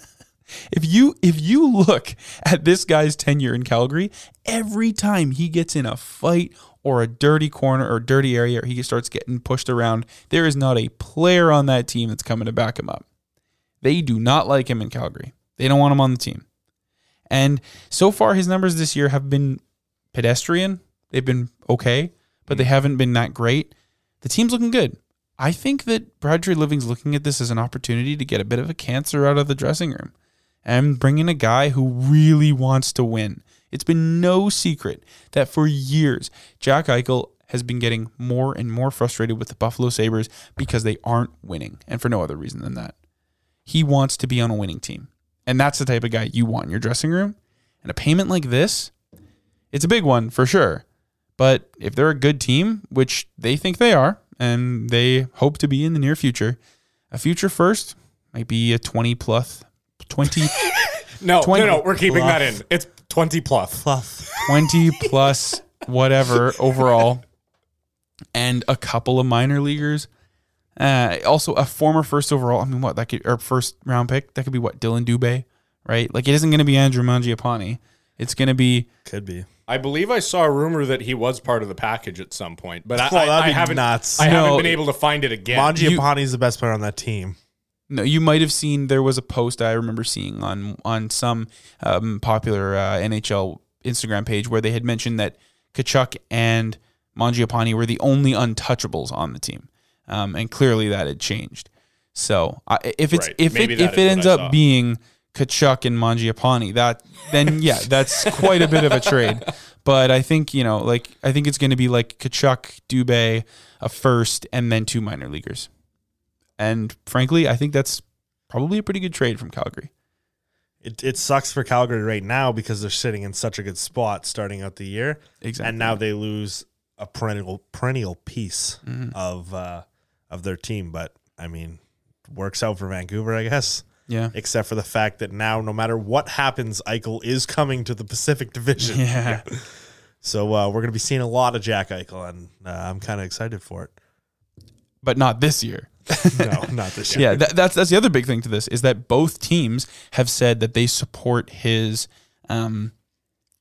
[SPEAKER 4] if you if you look at this guy's tenure in Calgary, every time he gets in a fight or a dirty corner or dirty area or he starts getting pushed around, there is not a player on that team that's coming to back him up. They do not like him in Calgary. They don't want him on the team. And so far, his numbers this year have been pedestrian. They've been okay, but they haven't been that great. The team's looking good. I think that Bradtree Living's looking at this as an opportunity to get a bit of a cancer out of the dressing room and bring in a guy who really wants to win. It's been no secret that for years, Jack Eichel has been getting more and more frustrated with the Buffalo Sabres because they aren't winning, and for no other reason than that. He wants to be on a winning team. And that's the type of guy you want in your dressing room. And a payment like this, it's a big one for sure. But if they're a good team, which they think they are, and they hope to be in the near future, a future first might be a 20 plus 20
[SPEAKER 5] No,
[SPEAKER 4] 20
[SPEAKER 5] no, no. We're keeping
[SPEAKER 6] plus.
[SPEAKER 5] that in. It's 20 plus.
[SPEAKER 6] Pluff.
[SPEAKER 4] 20 plus whatever overall and a couple of minor leaguers uh, also a former first overall i mean what that could or first round pick that could be what dylan dubay right like it isn't going to be andrew mangiapane it's going to be
[SPEAKER 6] Could be.
[SPEAKER 5] I believe I saw a rumor that he was part of the package at some point, but I,
[SPEAKER 6] Well,
[SPEAKER 5] I,
[SPEAKER 6] that'd
[SPEAKER 5] I
[SPEAKER 6] be
[SPEAKER 5] haven't.
[SPEAKER 6] nuts.
[SPEAKER 5] I haven't
[SPEAKER 4] No.
[SPEAKER 5] been able to find it again.
[SPEAKER 6] Mangiapane's the best player on that team.
[SPEAKER 4] no you might have seen there was a post i remember seeing on on some um, popular uh, nhl instagram page where they had mentioned that Kachuk and Mangiapane were the only untouchables on the team um, and clearly that had changed So I, if it's
[SPEAKER 5] Right.
[SPEAKER 4] if
[SPEAKER 5] Maybe
[SPEAKER 4] it
[SPEAKER 5] that
[SPEAKER 4] if
[SPEAKER 5] is
[SPEAKER 4] it
[SPEAKER 5] what
[SPEAKER 4] ends
[SPEAKER 5] I
[SPEAKER 4] up
[SPEAKER 5] saw.
[SPEAKER 4] being Kachuk and Mangiapane, that then yeah, that's quite a bit of a trade. But I think you know, like I think it's going to be like Kachuk, Dubé, a first, and then two minor leaguers. And frankly, I think that's probably a pretty good trade from Calgary.
[SPEAKER 6] It, it sucks for Calgary right now because they're sitting in such a good spot starting out the year.
[SPEAKER 4] Exactly.
[SPEAKER 6] And now they lose a perennial perennial piece
[SPEAKER 4] Mm-hmm.
[SPEAKER 6] of uh, of their team. But I mean, works out for Vancouver, I guess.
[SPEAKER 4] Yeah.
[SPEAKER 6] Except for the fact that now, no matter what happens, Eichel is coming to the Pacific Division.
[SPEAKER 4] Yeah.
[SPEAKER 6] So uh, we're going to be seeing a lot of Jack Eichel, and uh, I'm kind of excited for it.
[SPEAKER 4] But not this year.
[SPEAKER 6] No, not this year.
[SPEAKER 4] yeah, that, that's that's the other big thing to this is that both teams have said that they support his um,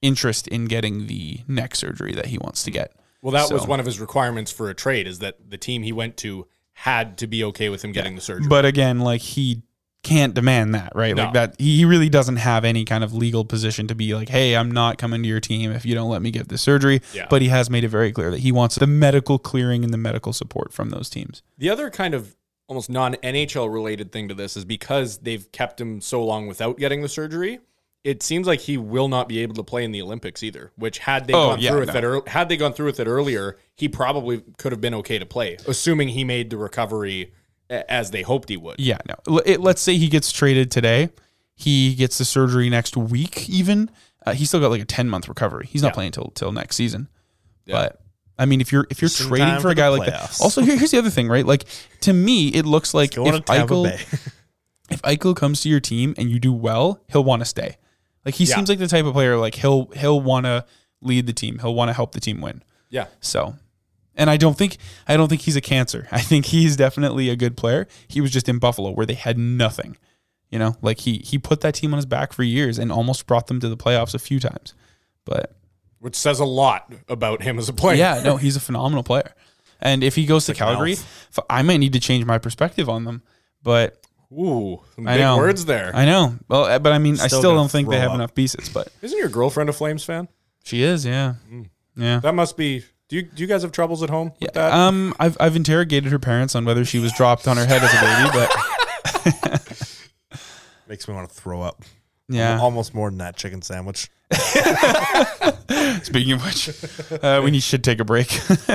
[SPEAKER 4] interest in getting the neck surgery that he wants to get.
[SPEAKER 5] Well, that was
[SPEAKER 4] So-
[SPEAKER 5] one of his requirements for a trade is that the team he went to had to be okay with him getting the surgery.
[SPEAKER 4] But again, like he can't demand that, right? Like
[SPEAKER 5] No.
[SPEAKER 4] that he he really doesn't have any kind of legal position to be like, "Hey, I'm not coming to your team if you don't let me get this surgery."
[SPEAKER 5] Yeah.
[SPEAKER 4] But he has made it very clear that he wants the medical clearing and the medical support from those teams.
[SPEAKER 5] the other kind of almost non NHL related thing to this is because they've kept him so long without getting the surgery. It seems like he will not be able to play in the Olympics either. Which had they
[SPEAKER 4] Oh,
[SPEAKER 5] gone
[SPEAKER 4] yeah,
[SPEAKER 5] through with
[SPEAKER 4] no.
[SPEAKER 5] that, ear- had they gone through with it earlier, he probably could have been okay to play, assuming he made the recovery a- as they hoped he would.
[SPEAKER 4] Yeah, no. L- it- let's say he gets traded today. He gets the surgery next week. Even uh, he's still got like a ten month recovery. He's not playing till till next season. But I mean, if you're if you're
[SPEAKER 6] Just in
[SPEAKER 4] trading
[SPEAKER 6] time
[SPEAKER 4] for a
[SPEAKER 6] for the
[SPEAKER 4] guy like that,
[SPEAKER 6] playoffs.
[SPEAKER 4] also here, here's the other thing, right? Like to me, it looks like
[SPEAKER 6] Going to
[SPEAKER 4] if
[SPEAKER 6] Tampa
[SPEAKER 4] Eichel
[SPEAKER 6] Bay.
[SPEAKER 4] if Eichel comes to your team and you do well, he'll want to stay. Like he seems like the type of player like he'll he'll want to lead the team. He'll want to help the team win.
[SPEAKER 5] Yeah.
[SPEAKER 4] So, and I don't think I don't think he's a cancer. I think he's definitely a good player. He was just in Buffalo where they had nothing. You know, like he he put that team on his back for years and almost brought them to the playoffs a few times. But
[SPEAKER 5] which says a lot about him as a player.
[SPEAKER 4] yeah, no, he's a phenomenal player. And if he goes to Calgary, f- I might need to change my perspective on them. But
[SPEAKER 5] Ooh, some
[SPEAKER 4] I
[SPEAKER 5] big
[SPEAKER 4] know
[SPEAKER 5] words there.
[SPEAKER 4] I know. Well, uh, but I mean, I
[SPEAKER 6] Still
[SPEAKER 4] still
[SPEAKER 6] gonna
[SPEAKER 4] don't think they
[SPEAKER 6] throw
[SPEAKER 4] have
[SPEAKER 6] up.
[SPEAKER 4] enough pieces. But
[SPEAKER 5] Isn't your girlfriend a Flames fan?
[SPEAKER 4] she is, yeah, yeah.
[SPEAKER 5] That must be. Do you do you guys have troubles at home with that?
[SPEAKER 4] Um, I've I've interrogated her parents on whether she was dropped on her head as a baby, but
[SPEAKER 6] Makes me want to throw up.
[SPEAKER 4] yeah.
[SPEAKER 6] Almost more than that chicken sandwich.
[SPEAKER 4] Speaking of which, uh, we need should take a break.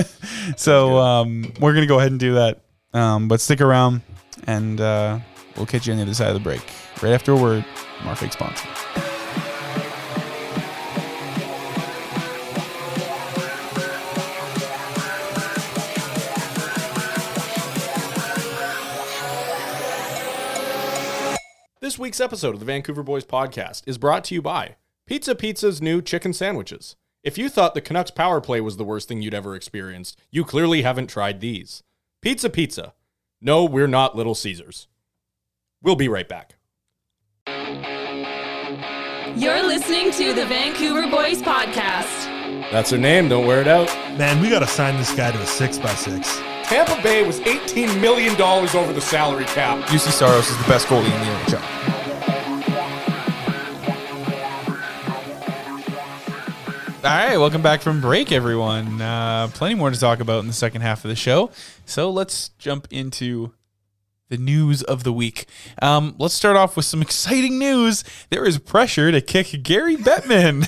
[SPEAKER 4] so um, we're gonna go ahead and do that. Um, but stick around, and uh, we'll catch you on the other side of the break. Right after a word, from our fake sponsor.
[SPEAKER 5] This week's episode of the Vancouver Boys Podcast is brought to you by Pizza Pizza's new chicken sandwiches. If you thought the Canucks power play was the worst thing you'd ever experienced, you clearly haven't tried these. Pizza Pizza. No, we're not Little Caesars. We'll be right back.
[SPEAKER 1] You're listening to the Vancouver Boys Podcast.
[SPEAKER 5] That's her name. Don't wear it out.
[SPEAKER 6] Man, we got to sign this guy to a six by six.
[SPEAKER 5] Tampa Bay was $18 million over the salary cap.
[SPEAKER 4] UC Saros is the best goalie in the NHL. All right, welcome back from break, everyone. Uh, plenty more to talk about in the second half of the show. So let's jump into the news of the week. Um, let's start off with some exciting news. There is pressure to kick Gary Bettman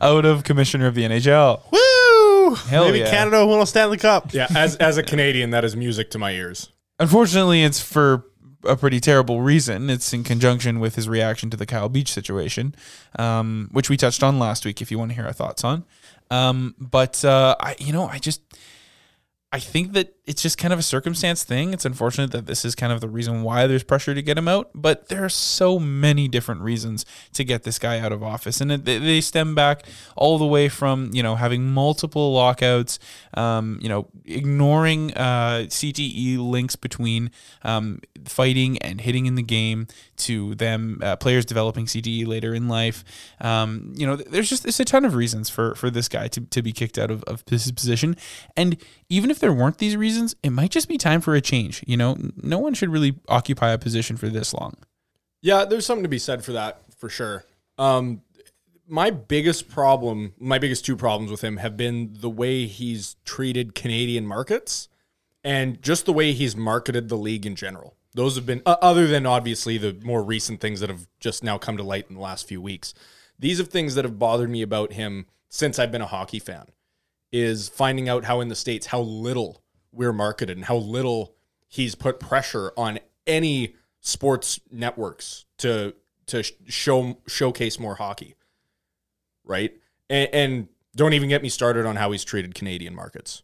[SPEAKER 4] out of commissioner of the NHL.
[SPEAKER 6] Woo!
[SPEAKER 4] Hell
[SPEAKER 6] Maybe
[SPEAKER 4] yeah.
[SPEAKER 6] Canada will win a Stanley Cup.
[SPEAKER 5] Yeah, as, as a Canadian, that is music to my ears.
[SPEAKER 4] Unfortunately, it's for a pretty terrible reason. It's in conjunction with his reaction to the Kyle Beach situation, um, which we touched on last week. If you want to hear our thoughts on, um, but uh, I, you know, I just I think that it's just kind of a circumstance thing. It's unfortunate that this is kind of the reason why there's pressure to get him out, but there are so many different reasons to get this guy out of office, and it, they- they stem back all the way from you know having multiple lockouts, um, you know, ignoring uh, CTE links between um, fighting and hitting in the game to them uh, players developing CTE later in life. Um, you know, th- there's just there's a ton of reasons for for this guy to, to be kicked out of, of his position. And even if there weren't these reasons, it might just be time for a change. You know, N- no one should really occupy a position for this long.
[SPEAKER 5] Yeah, there's something to be said for that for sure. Um, my biggest problem, my biggest two problems with him have been the way he's treated Canadian markets and just the way he's marketed the league in general. Those have been, uh, other than obviously the more recent things that have just now come to light in the last few weeks, these are things that have bothered me about him since I've been a hockey fan is finding out how in the states how little we're marketed and how little he's put pressure on any sports networks to to sh- show showcase more hockey right and, and don't even get me started on how he's treated canadian markets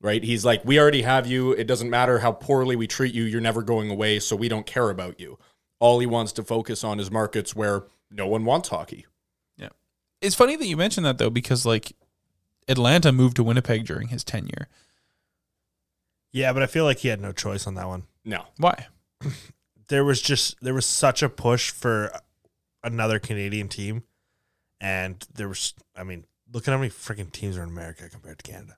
[SPEAKER 5] right he's like we already have you it doesn't matter how poorly we treat you you're never going away so we don't care about you all he wants to focus on is markets where no one wants hockey
[SPEAKER 4] It's funny that you mentioned that though, because like Atlanta moved to Winnipeg during his tenure.
[SPEAKER 6] Yeah, but I feel like he had no choice on that one.
[SPEAKER 5] no
[SPEAKER 4] Why?
[SPEAKER 6] There was just there was such a push for another Canadian team, and there was I mean, look at how many freaking teams are in America compared to Canada,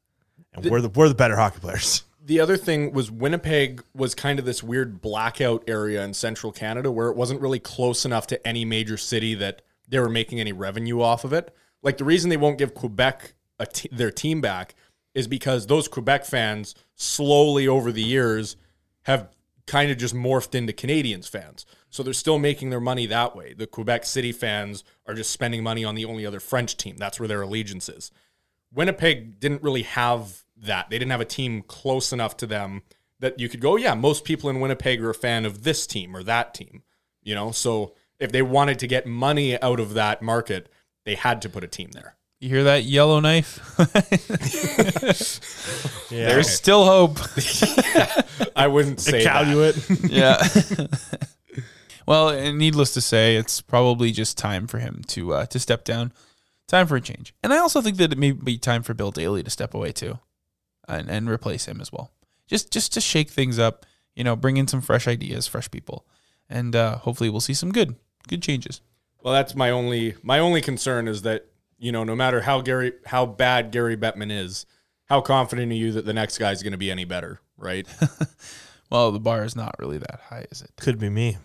[SPEAKER 6] and we're the we're the better hockey players.
[SPEAKER 5] the other thing was Winnipeg was kind of this weird blackout area in central Canada where it wasn't really close enough to any major city that they were making any revenue off of it. Like the reason they won't give Quebec a t- their team back is because those Quebec fans slowly over the years have kind of just morphed into Canadians fans. So they're still making their money that way. The Quebec City fans are just spending money on the only other French team. That's where their allegiance is. Winnipeg didn't really have that. They didn't have a team close enough to them that you could go, yeah, most people in Winnipeg are a fan of this team or that team, you know? So if they wanted to get money out of that market, they had to put a team there.
[SPEAKER 4] You hear that yellow knife?
[SPEAKER 6] Yeah,
[SPEAKER 4] There's still hope.
[SPEAKER 5] I wouldn't say that.
[SPEAKER 6] Iqaluit.
[SPEAKER 4] yeah. well, and needless to say, it's probably just time for him to uh, to step down. Time for a change, and I also think that it may be time for Bill Daly to step away too, and and replace him as well. Just just to shake things up, you know, bring in some fresh ideas, fresh people, and uh, hopefully we'll see some good good changes.
[SPEAKER 5] Well, that's my only my only concern is that, you know, no matter how Gary how bad Gary Bettman is, how confident are you that the next guy's going to be any better, right?
[SPEAKER 4] Well, the bar is not really that high, is it?
[SPEAKER 6] Could be me.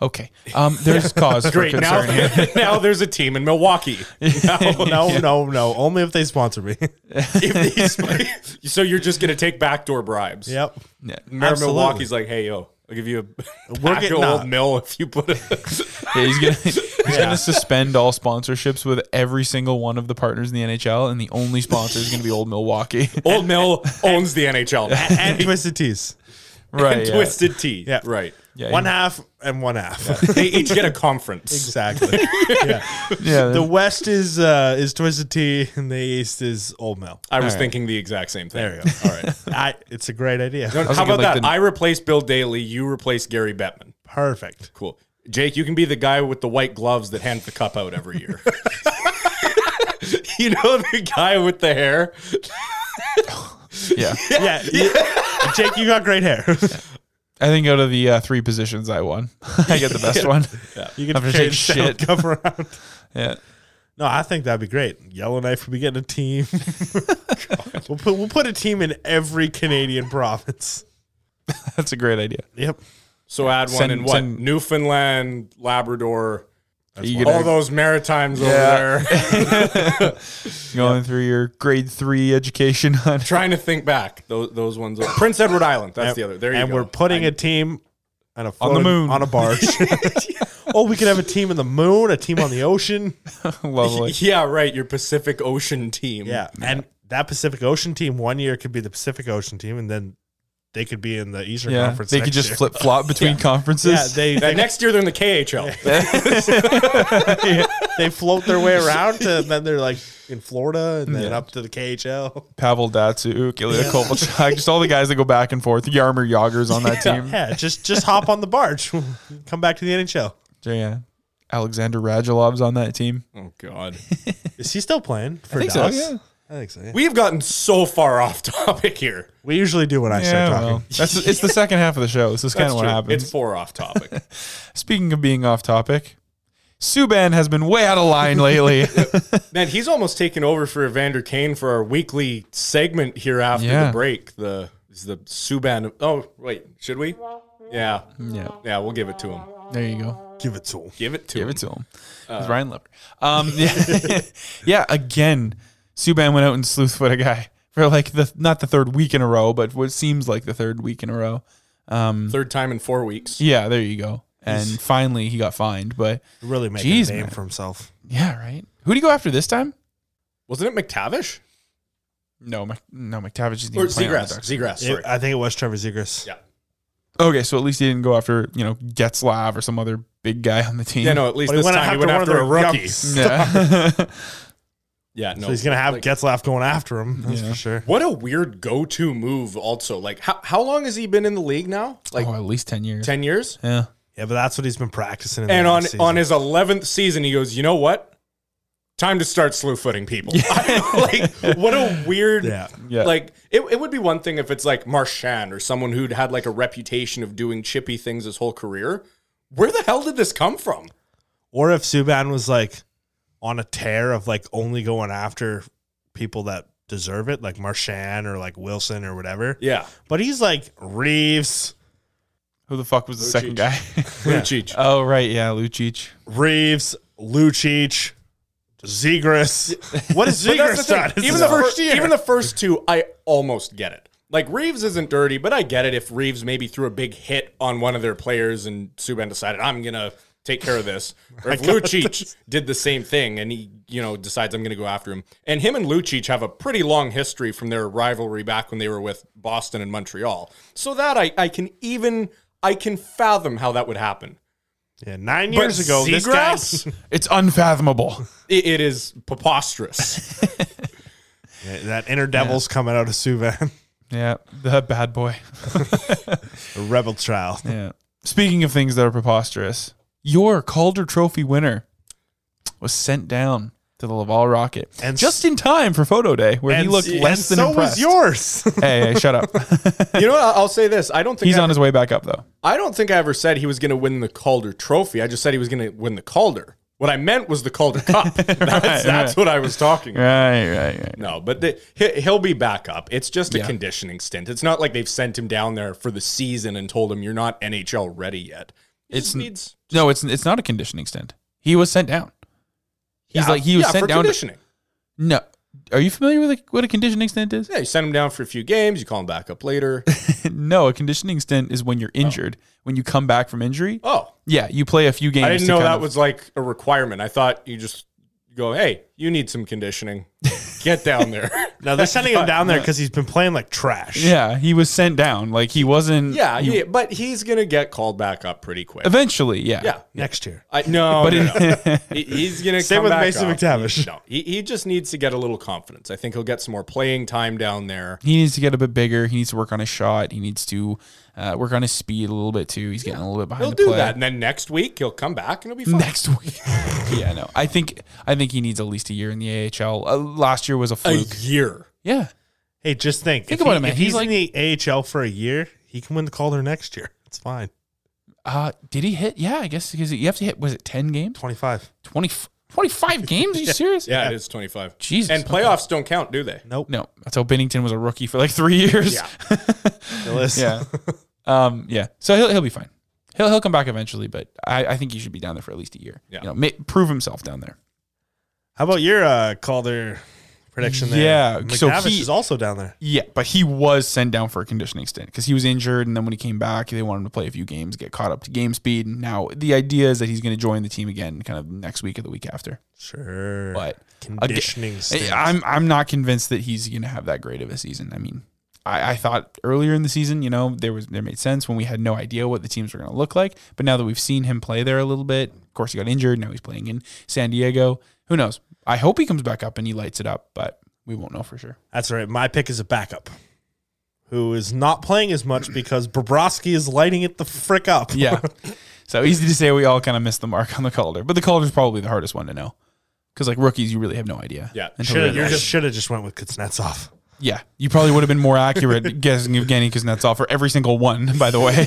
[SPEAKER 4] Okay, um, there's cause for
[SPEAKER 5] Great. Now,
[SPEAKER 4] concern here.
[SPEAKER 5] now there's a team in Milwaukee. Now-
[SPEAKER 6] Oh, No, no, no. Only if they sponsor me.
[SPEAKER 5] if these, so you're just gonna take backdoor bribes.
[SPEAKER 6] yep.
[SPEAKER 4] Yeah.
[SPEAKER 5] Mayor of
[SPEAKER 6] Absolutely.
[SPEAKER 5] Milwaukee's like, hey yo, I'll give you a
[SPEAKER 6] We're
[SPEAKER 5] pack of
[SPEAKER 6] getting uh,
[SPEAKER 5] old
[SPEAKER 6] that.
[SPEAKER 5] mill if you put a
[SPEAKER 4] Yeah, he's gonna he's gonna suspend all sponsorships with every single one of the partners in the NHL, and the only sponsor is gonna be Old Milwaukee.
[SPEAKER 5] old mill owns the NHL now.
[SPEAKER 6] And twisted tees.
[SPEAKER 4] right.
[SPEAKER 5] And
[SPEAKER 4] yeah.
[SPEAKER 5] Twisted Tea.
[SPEAKER 6] Yeah.
[SPEAKER 5] Right.
[SPEAKER 4] Yeah,
[SPEAKER 6] one
[SPEAKER 4] yeah.
[SPEAKER 6] half and one half.
[SPEAKER 5] They each get a conference.
[SPEAKER 6] Exactly. yeah.
[SPEAKER 4] Yeah.
[SPEAKER 6] The West is uh, is Twisted Tea, and the East is Old Mill.
[SPEAKER 5] I was thinking the exact same thing.
[SPEAKER 6] There you go. All right. I, it's a great idea.
[SPEAKER 5] No, how
[SPEAKER 4] thinking
[SPEAKER 5] about
[SPEAKER 4] like
[SPEAKER 5] that?
[SPEAKER 4] the-
[SPEAKER 5] I replace Bill Daly, you replace Gary Bettman.
[SPEAKER 6] Perfect.
[SPEAKER 5] Cool. Jake, you can be the guy with the white gloves that hands the cup out every year. you know the guy with the hair?
[SPEAKER 4] yeah.
[SPEAKER 6] Yeah. you- Jake, you got great hair.
[SPEAKER 4] I think out of the uh, three positions, I won. I get the best one. Yeah.
[SPEAKER 6] you
[SPEAKER 4] I'm
[SPEAKER 6] can
[SPEAKER 4] gonna take
[SPEAKER 6] carry the sound
[SPEAKER 4] shit.
[SPEAKER 6] cup around.
[SPEAKER 4] yeah.
[SPEAKER 6] No, I think that'd be great. Yellowknife would be getting a team. we'll put we'll put a team in every Canadian province.
[SPEAKER 4] That's a great idea.
[SPEAKER 6] Yep.
[SPEAKER 5] So add one
[SPEAKER 4] Send-
[SPEAKER 5] in what?
[SPEAKER 4] send-
[SPEAKER 5] Newfownland, Labrador,
[SPEAKER 4] you
[SPEAKER 5] all
[SPEAKER 4] gonna-
[SPEAKER 5] those maritimes over there.
[SPEAKER 4] going through your grade three education on
[SPEAKER 5] Trying to think back. Those, those ones. Are, Prince Edward Island. That's the other. There you
[SPEAKER 6] and
[SPEAKER 5] go.
[SPEAKER 6] we're putting a team
[SPEAKER 4] On
[SPEAKER 6] on a
[SPEAKER 4] the
[SPEAKER 6] floating-
[SPEAKER 4] moon.
[SPEAKER 6] on a barge. oh, we could have a team in the moon, a team on the ocean.
[SPEAKER 4] lovely.
[SPEAKER 5] yeah, right. Your Pacific Ocean team.
[SPEAKER 6] Yeah, and that Pacific Ocean team one year could be the Pacific Ocean team, and then they could be in the Eastern
[SPEAKER 4] Yeah,
[SPEAKER 6] Conference.
[SPEAKER 4] they could
[SPEAKER 6] next
[SPEAKER 4] just
[SPEAKER 6] year.
[SPEAKER 4] flip flop between conferences.
[SPEAKER 6] Yeah, they
[SPEAKER 5] Uh,
[SPEAKER 6] they,
[SPEAKER 5] next year they're in the KHL.
[SPEAKER 6] they float their way around, to, and then they're like in Florida, and then up to the KHL.
[SPEAKER 4] Pavel Datsuk, Ilya Kovalchuk, just all the guys that go back and forth. Yarmer Yager's on that team.
[SPEAKER 6] Yeah, just just hop on the barge, come back to the NHL.
[SPEAKER 4] Yeah. uh, Alexander Radulov's on that team.
[SPEAKER 5] oh God,
[SPEAKER 6] Is he still playing for
[SPEAKER 4] think so,
[SPEAKER 6] Dallas?
[SPEAKER 4] yeah.
[SPEAKER 6] I think so. yeah.
[SPEAKER 5] we've gotten so far off topic here.
[SPEAKER 6] We usually do when I
[SPEAKER 4] Yeah,
[SPEAKER 6] start talking.
[SPEAKER 4] well, that's it's the second half of the show. This is kind
[SPEAKER 5] That's
[SPEAKER 4] of what
[SPEAKER 5] true.
[SPEAKER 4] happens.
[SPEAKER 5] It's four off topic.
[SPEAKER 4] Speaking of being off topic, Subban has been way out of line lately.
[SPEAKER 5] Man, he's almost taken over for Evander Kane for our weekly segment here after
[SPEAKER 4] Yeah.
[SPEAKER 5] the break. The is the Subban. Oh wait, should we? Yeah,
[SPEAKER 4] yeah,
[SPEAKER 5] yeah, we'll give it to him.
[SPEAKER 4] there you go.
[SPEAKER 6] Give it to him.
[SPEAKER 5] Give it to
[SPEAKER 4] Give
[SPEAKER 5] him.
[SPEAKER 4] it to him.
[SPEAKER 5] Uh,
[SPEAKER 4] It's Ryan Lever. Um, yeah, yeah, again, Subban went out and sleuthfoot a guy for like the not the third week in a row, but what seems like the third week in a row.
[SPEAKER 5] Third time in four weeks.
[SPEAKER 4] Yeah, there you go. And finally, he got fined. But
[SPEAKER 6] Really making
[SPEAKER 4] Jeez,
[SPEAKER 6] a name
[SPEAKER 4] man.
[SPEAKER 6] for himself.
[SPEAKER 4] yeah, right. Who do you go after this time?
[SPEAKER 5] Wasn't it McTavish
[SPEAKER 4] No, Mc, no, McTavish is
[SPEAKER 5] or
[SPEAKER 4] even playing on the
[SPEAKER 5] Zegras?
[SPEAKER 4] Ducks.
[SPEAKER 5] Zegras, sorry.
[SPEAKER 6] It- I think it was Trevor Zegers.
[SPEAKER 5] Yeah.
[SPEAKER 4] Okay, so at least he didn't go after you know Getzlav or some other big guy on the team.
[SPEAKER 5] yeah, no. At least
[SPEAKER 6] But he
[SPEAKER 5] this
[SPEAKER 6] went
[SPEAKER 5] time
[SPEAKER 6] after
[SPEAKER 5] he went
[SPEAKER 6] one of
[SPEAKER 5] after a
[SPEAKER 6] their young
[SPEAKER 5] rookie.
[SPEAKER 6] s-
[SPEAKER 4] Yeah.
[SPEAKER 5] Yeah, no.
[SPEAKER 6] So he's gonna have
[SPEAKER 5] Like,
[SPEAKER 6] Getzlaff going after him. That's
[SPEAKER 4] Yeah.
[SPEAKER 6] for sure.
[SPEAKER 5] what a weird go-to move. Also, like how how long has he been in the league now? Like
[SPEAKER 4] oh, at least ten years.
[SPEAKER 5] ten years.
[SPEAKER 4] Yeah.
[SPEAKER 6] Yeah, but that's what he's been practicing. In
[SPEAKER 5] And
[SPEAKER 6] the
[SPEAKER 5] on
[SPEAKER 6] offseason.
[SPEAKER 5] on his eleventh season, he goes, you know what? Time to start slew footing people. like what a weird
[SPEAKER 6] Yeah.
[SPEAKER 4] Yeah.
[SPEAKER 5] Like it, it would be one thing if it's like Marchand or someone who'd had like a reputation of doing chippy things his whole career. Where the hell did this come from?
[SPEAKER 6] or if Subban was like on a tear of like only going after people that deserve it, like Marchand or like Wilson or whatever.
[SPEAKER 5] Yeah.
[SPEAKER 6] But he's like Reeves,
[SPEAKER 4] Who the fuck was the second guy?
[SPEAKER 5] Lucic.
[SPEAKER 4] oh right, yeah, Lucic.
[SPEAKER 6] Reeves, Lucic, Zegras. What is
[SPEAKER 5] But that's the
[SPEAKER 6] Zegras
[SPEAKER 5] thing.
[SPEAKER 6] done? This
[SPEAKER 5] Even
[SPEAKER 6] is
[SPEAKER 5] the,
[SPEAKER 6] all-
[SPEAKER 5] first, even the first two, I almost get it. Like Reeves isn't dirty, but I get it if Reeves maybe threw a big hit on one of their players and Subban decided I'm gonna take care of this. Or if Lucic did the same thing and he, you know, decides I'm gonna go after him. And him and Lucic have a pretty long history from their rivalry back when they were with Boston and Montreal. So that I, I can even I can fathom how that would happen.
[SPEAKER 6] yeah, nine
[SPEAKER 5] But
[SPEAKER 6] years ago, this guy.
[SPEAKER 5] Zegras?
[SPEAKER 4] It's unfathomable.
[SPEAKER 5] It- it is preposterous.
[SPEAKER 6] Yeah, that inner devil's coming out of Subban,
[SPEAKER 4] yeah, the bad boy.
[SPEAKER 6] a rebel child.
[SPEAKER 4] Yeah. Speaking of things that are preposterous, your Calder Trophy winner was sent down to the Laval Rocket
[SPEAKER 6] And
[SPEAKER 4] just in time for photo day, where he looked
[SPEAKER 6] and
[SPEAKER 4] less than
[SPEAKER 6] so
[SPEAKER 4] impressed.
[SPEAKER 6] was yours.
[SPEAKER 4] hey, hey, shut up.
[SPEAKER 5] you know what? I'll I'll say this. I don't think
[SPEAKER 4] He's
[SPEAKER 5] I-
[SPEAKER 4] on his way back up though.
[SPEAKER 5] I don't think I ever said he was going to win the Calder Trophy. I just said he was going to win the Calder. What I meant was the Calder Cup. That's, that's what I was talking about.
[SPEAKER 4] Right, right, right.
[SPEAKER 5] No, but the, he, he'll be back up. It's just a
[SPEAKER 4] Yeah.
[SPEAKER 5] conditioning stint. It's not like they've sent him down there for the season and told him you're not NHL ready yet. He
[SPEAKER 4] It's
[SPEAKER 5] just
[SPEAKER 4] n-
[SPEAKER 5] needs.
[SPEAKER 4] No, it's it's not a conditioning stint. He was sent down. He's
[SPEAKER 5] Yeah,
[SPEAKER 4] like he was
[SPEAKER 5] yeah,
[SPEAKER 4] sent
[SPEAKER 5] for
[SPEAKER 4] down. to-
[SPEAKER 5] conditioning.
[SPEAKER 4] no, are you familiar with like, what a conditioning stint is?
[SPEAKER 5] yeah, you send him down for a few games. You call him back up later.
[SPEAKER 4] No, a conditioning stint is when you're injured. When you come back from injury,
[SPEAKER 5] oh,
[SPEAKER 4] yeah, you play a few games.
[SPEAKER 5] I didn't
[SPEAKER 4] to
[SPEAKER 5] know
[SPEAKER 4] kind
[SPEAKER 5] that
[SPEAKER 4] of-
[SPEAKER 5] was like a requirement. I thought you just go, hey, you need some conditioning. Get down there.
[SPEAKER 6] now they're sending him down there because he's been playing like trash.
[SPEAKER 4] Yeah, he was sent down. Like he wasn't.
[SPEAKER 5] Yeah,
[SPEAKER 4] he-
[SPEAKER 5] yeah, but he's gonna get called back up pretty quick.
[SPEAKER 4] Eventually, yeah.
[SPEAKER 5] Yeah,
[SPEAKER 6] Next year.
[SPEAKER 5] I, no,
[SPEAKER 4] But
[SPEAKER 5] no,
[SPEAKER 4] in-
[SPEAKER 5] no. He- he's gonna
[SPEAKER 6] Same
[SPEAKER 5] come
[SPEAKER 6] with
[SPEAKER 5] back
[SPEAKER 6] Mason
[SPEAKER 5] up.
[SPEAKER 6] McTavish.
[SPEAKER 5] No, he, he just needs to get a little confidence. I think he'll get some more playing time down there.
[SPEAKER 4] He needs to get a bit bigger. He needs to work on his shot. He needs to uh, work on his speed a little bit too. He's getting a little bit behind.
[SPEAKER 5] He'll
[SPEAKER 4] the
[SPEAKER 5] do
[SPEAKER 4] play.
[SPEAKER 5] that, and then next week he'll come back and he'll be fine.
[SPEAKER 4] next week. yeah, no. I think I think he needs at least a year in the AHL. Uh, last year was a
[SPEAKER 5] a
[SPEAKER 4] fluke.
[SPEAKER 5] year.
[SPEAKER 4] yeah.
[SPEAKER 6] Hey, just think.
[SPEAKER 4] Think
[SPEAKER 6] if
[SPEAKER 4] about
[SPEAKER 6] he-
[SPEAKER 4] it, man.
[SPEAKER 6] If
[SPEAKER 4] He's
[SPEAKER 6] he's, in the AHL for a year. He can win the Calder next year. It's fine.
[SPEAKER 4] Uh, did he hit? Yeah, I guess because you have to hit. Was it ten games?
[SPEAKER 6] Twenty-five.
[SPEAKER 4] 20, 25 games? Are you serious?
[SPEAKER 5] Yeah, it is twenty five.
[SPEAKER 4] Jesus.
[SPEAKER 5] and playoffs don't count, do they?
[SPEAKER 6] Nope.
[SPEAKER 4] No, that's how Bennington was a rookie for like three years.
[SPEAKER 5] Yeah.
[SPEAKER 6] Listen.
[SPEAKER 4] Yeah. um, yeah. So he'll, he'll be fine. He'll, he'll come back eventually, but I, I think he should be down there for at least a year.
[SPEAKER 5] Yeah.
[SPEAKER 4] You know, ma- prove himself down there.
[SPEAKER 6] How about your uh, Calder prediction there?
[SPEAKER 4] Yeah, so
[SPEAKER 6] McNavish
[SPEAKER 4] he-
[SPEAKER 6] is also down there.
[SPEAKER 4] Yeah, but he was sent down for a conditioning stint because he was injured, and then when he came back, they wanted him to play a few games, get caught up to game speed. And now the idea is that he's going to join the team again, kind of next week or the week after.
[SPEAKER 6] Sure.
[SPEAKER 4] But
[SPEAKER 6] Conditioning
[SPEAKER 4] Hey,
[SPEAKER 6] stint.
[SPEAKER 4] I'm I'm not convinced that he's going to have that great of a season. I mean, I, I thought earlier in the season, you know, there was there made sense when we had no idea what the teams were going to look like. But now that we've seen him play there a little bit, of course he got injured. Now he's playing in San Diego. Who knows? I hope he comes back up and he lights it up, but we won't know for sure.
[SPEAKER 6] That's right. My pick is a backup who is not playing as much because Bobrovsky is lighting it the frick up.
[SPEAKER 4] Yeah. so easy to say we all kind of missed the mark on the Calder, but the Calder's probably the hardest one to know because like rookies, you really have no idea.
[SPEAKER 5] Yeah.
[SPEAKER 4] Until
[SPEAKER 6] Should
[SPEAKER 4] they're
[SPEAKER 6] have
[SPEAKER 4] there.
[SPEAKER 6] just, shoulda just went with Kuznetsov.
[SPEAKER 4] yeah. You probably would have been more accurate guessing Evgeny Kuznetsov for every single one. By the way,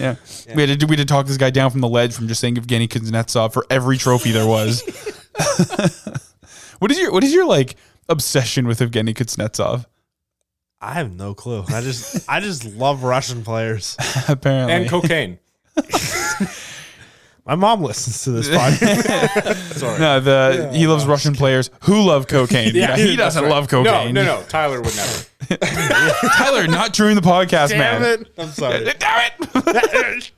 [SPEAKER 4] yeah. we had to we had to talk this guy down from the ledge from just saying Evgeny Kuznetsov for every trophy there was. what is your what is your like obsession with Evgeny Kuznetsov?
[SPEAKER 6] I have no clue. I just I just love Russian players.
[SPEAKER 4] Apparently,
[SPEAKER 5] and cocaine.
[SPEAKER 6] My mom listens to this podcast.
[SPEAKER 4] no, the he loves Russian players who love cocaine. yeah, he
[SPEAKER 5] that's
[SPEAKER 4] doesn't
[SPEAKER 5] right.
[SPEAKER 4] love
[SPEAKER 5] No,
[SPEAKER 4] cocaine.
[SPEAKER 5] no, no. Tyler would never.
[SPEAKER 4] Tyler, not during the podcast, man.
[SPEAKER 6] it. I'm sorry.
[SPEAKER 4] Damn it.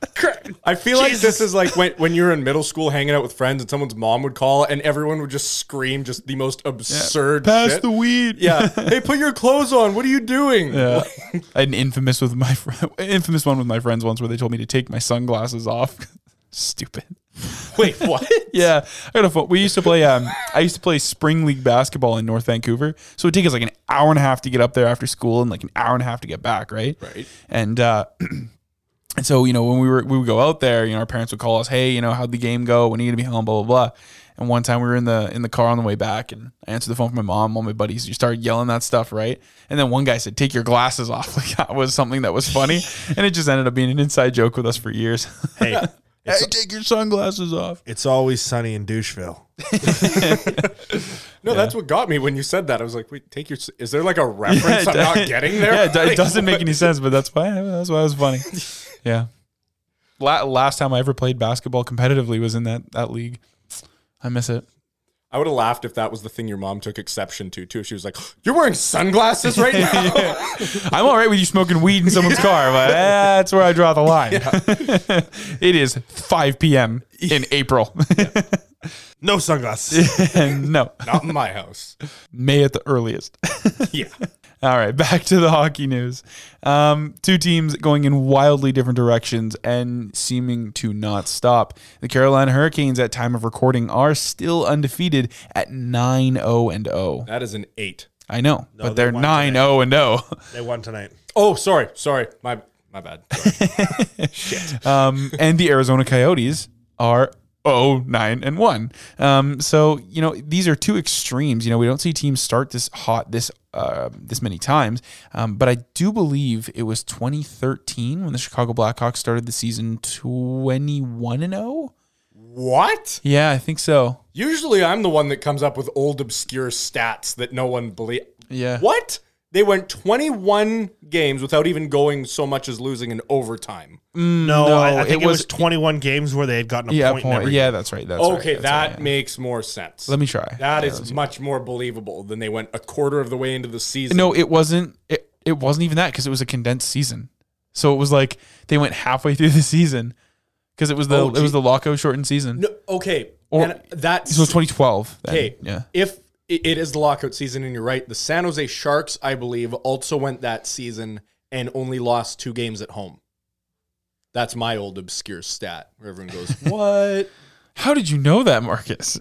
[SPEAKER 5] I feel like this is like when, when you're in middle school hanging out with friends and someone's mom would call and everyone would just scream just the most absurd
[SPEAKER 4] Pass
[SPEAKER 5] shit.
[SPEAKER 4] the weed.
[SPEAKER 5] yeah. Hey, put your clothes on. What are you doing?
[SPEAKER 4] Yeah. I had an infamous with my fr- infamous one with my friends once where they told me to take my sunglasses off. Stupid.
[SPEAKER 5] Wait, what?
[SPEAKER 4] Yeah, I got a phone. We used to play. Um, I used to play spring league basketball in North Vancouver, so it would take us like an hour and a half to get up there after school, and like an hour and a half to get back. Right.
[SPEAKER 5] Right.
[SPEAKER 4] And uh, and so you know when we were we would go out there, you know our parents would call us, hey, you know how'd the game go? When are you gonna be home? Blah blah blah. And one time we were in the in the car on the way back, and I answered the phone from my mom. All my buddies just started yelling that stuff, right? And then one guy said, "Take your glasses off." Like that was something that was funny, and it just ended up being an inside joke with us for years.
[SPEAKER 6] Hey,
[SPEAKER 4] hey, take your sunglasses off.
[SPEAKER 6] it's always sunny in Doucheville.
[SPEAKER 5] No, that's what got me when you said that. I was like, wait, take your. s- Is there like a reference
[SPEAKER 4] Yeah,
[SPEAKER 5] I'm
[SPEAKER 4] it
[SPEAKER 5] not
[SPEAKER 4] do-
[SPEAKER 5] getting there?
[SPEAKER 4] Yeah, it, do- it
[SPEAKER 5] Like,
[SPEAKER 4] doesn't make any sense, but that's why that's why it was funny. Yeah. La- last time I ever played basketball competitively was in that that league. I miss it.
[SPEAKER 5] I would have laughed if that was the thing your mom took exception to too. If she was like, "You're wearing sunglasses right now."
[SPEAKER 4] I'm all right with you smoking weed in someone's car, but that's where I draw the line. it is 5 p.m. in April.
[SPEAKER 6] No sunglasses.
[SPEAKER 4] and no,
[SPEAKER 5] Not in my house.
[SPEAKER 4] May at the earliest.
[SPEAKER 5] Yeah.
[SPEAKER 4] All right, back to the hockey news. Um, two teams going in wildly different directions and seeming to not stop. The Carolina Hurricanes, at time of recording, are still undefeated at 9 0 and 0.
[SPEAKER 5] That is an eight.
[SPEAKER 4] I know, but
[SPEAKER 6] they
[SPEAKER 4] they're
[SPEAKER 6] won
[SPEAKER 4] 9 0 and 0.
[SPEAKER 6] they won tonight.
[SPEAKER 5] Oh, sorry, sorry. My my bad. Sorry.
[SPEAKER 4] Um, and the Arizona Coyotes are 0 9 and 1. Um, so, you know, these are two extremes. You know, we don't see teams start this hot this uh, this many times. Um, but I do believe it was 2013 when the Chicago Blackhawks started the season 21 and 0.
[SPEAKER 5] what?
[SPEAKER 4] Yeah, I think so.
[SPEAKER 5] Usually I'm the one that comes up with old obscure stats that no one believe.
[SPEAKER 4] Yeah.
[SPEAKER 5] What? They went 21 games without even going so much as losing in overtime.
[SPEAKER 6] No, I, I
[SPEAKER 4] it
[SPEAKER 6] think it was,
[SPEAKER 4] was-
[SPEAKER 6] 21 games where they had gotten a
[SPEAKER 4] Yeah,
[SPEAKER 6] point. in
[SPEAKER 4] point.
[SPEAKER 6] every-
[SPEAKER 4] yeah, that's right. That's
[SPEAKER 5] okay,
[SPEAKER 4] right, that's
[SPEAKER 5] that
[SPEAKER 4] right, yeah.
[SPEAKER 5] makes more sense.
[SPEAKER 4] Let me try.
[SPEAKER 5] That is much more believable than they went a quarter of the way into the season.
[SPEAKER 4] No, it wasn't. It, it wasn't even that because it was a condensed season. So it was like they went halfway through the season because it was the
[SPEAKER 5] Oh,
[SPEAKER 4] it was the
[SPEAKER 5] gee.
[SPEAKER 4] Locko shortened season.
[SPEAKER 5] No, okay.
[SPEAKER 4] Or-
[SPEAKER 5] and that's
[SPEAKER 4] So 2012. then.
[SPEAKER 5] okay.
[SPEAKER 4] Yeah.
[SPEAKER 5] If it it is the lockout season and you're right, the San Jose Sharks, I believe, also went that season and only lost two games at home. That's my old obscure stat where everyone goes, "What?"
[SPEAKER 4] How did you know that, Marcus?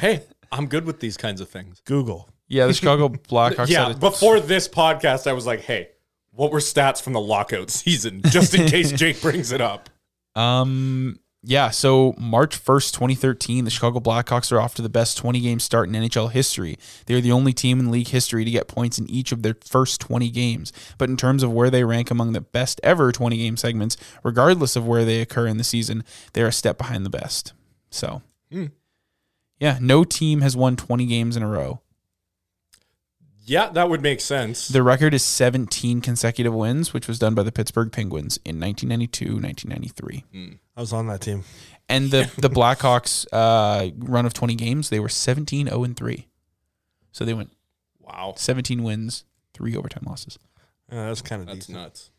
[SPEAKER 5] hey, I'm good with these kinds of things.
[SPEAKER 6] Google.
[SPEAKER 4] Yeah, the Chicago Blackhawks.
[SPEAKER 5] yeah,
[SPEAKER 4] had a-
[SPEAKER 5] before this podcast, I was like, hey, what were stats from the lockout season, just in case Jake brings it up?
[SPEAKER 4] Um. Yeah. So March 1st, 2013, the Chicago Blackhawks are off to the best 20 game start in NHL history. They're the only team in league history to get points in each of their first 20 games. But in terms of where they rank among the best ever 20 game segments, regardless of where they occur in the season, they're a step behind the best. So, yeah, no team has won 20 games in a row.
[SPEAKER 5] Yeah, that would make sense.
[SPEAKER 4] The record is 17 consecutive wins, which was done by the Pittsburgh Penguins in 1992, 1993.
[SPEAKER 6] I was on that team.
[SPEAKER 4] And the the Blackhawks uh, run of 20 games, they were 17 0 and 3. So they went
[SPEAKER 5] wow.
[SPEAKER 4] 17 wins, 3 overtime losses.
[SPEAKER 6] Yeah, that was kind of
[SPEAKER 5] That's
[SPEAKER 6] decent.
[SPEAKER 5] nuts.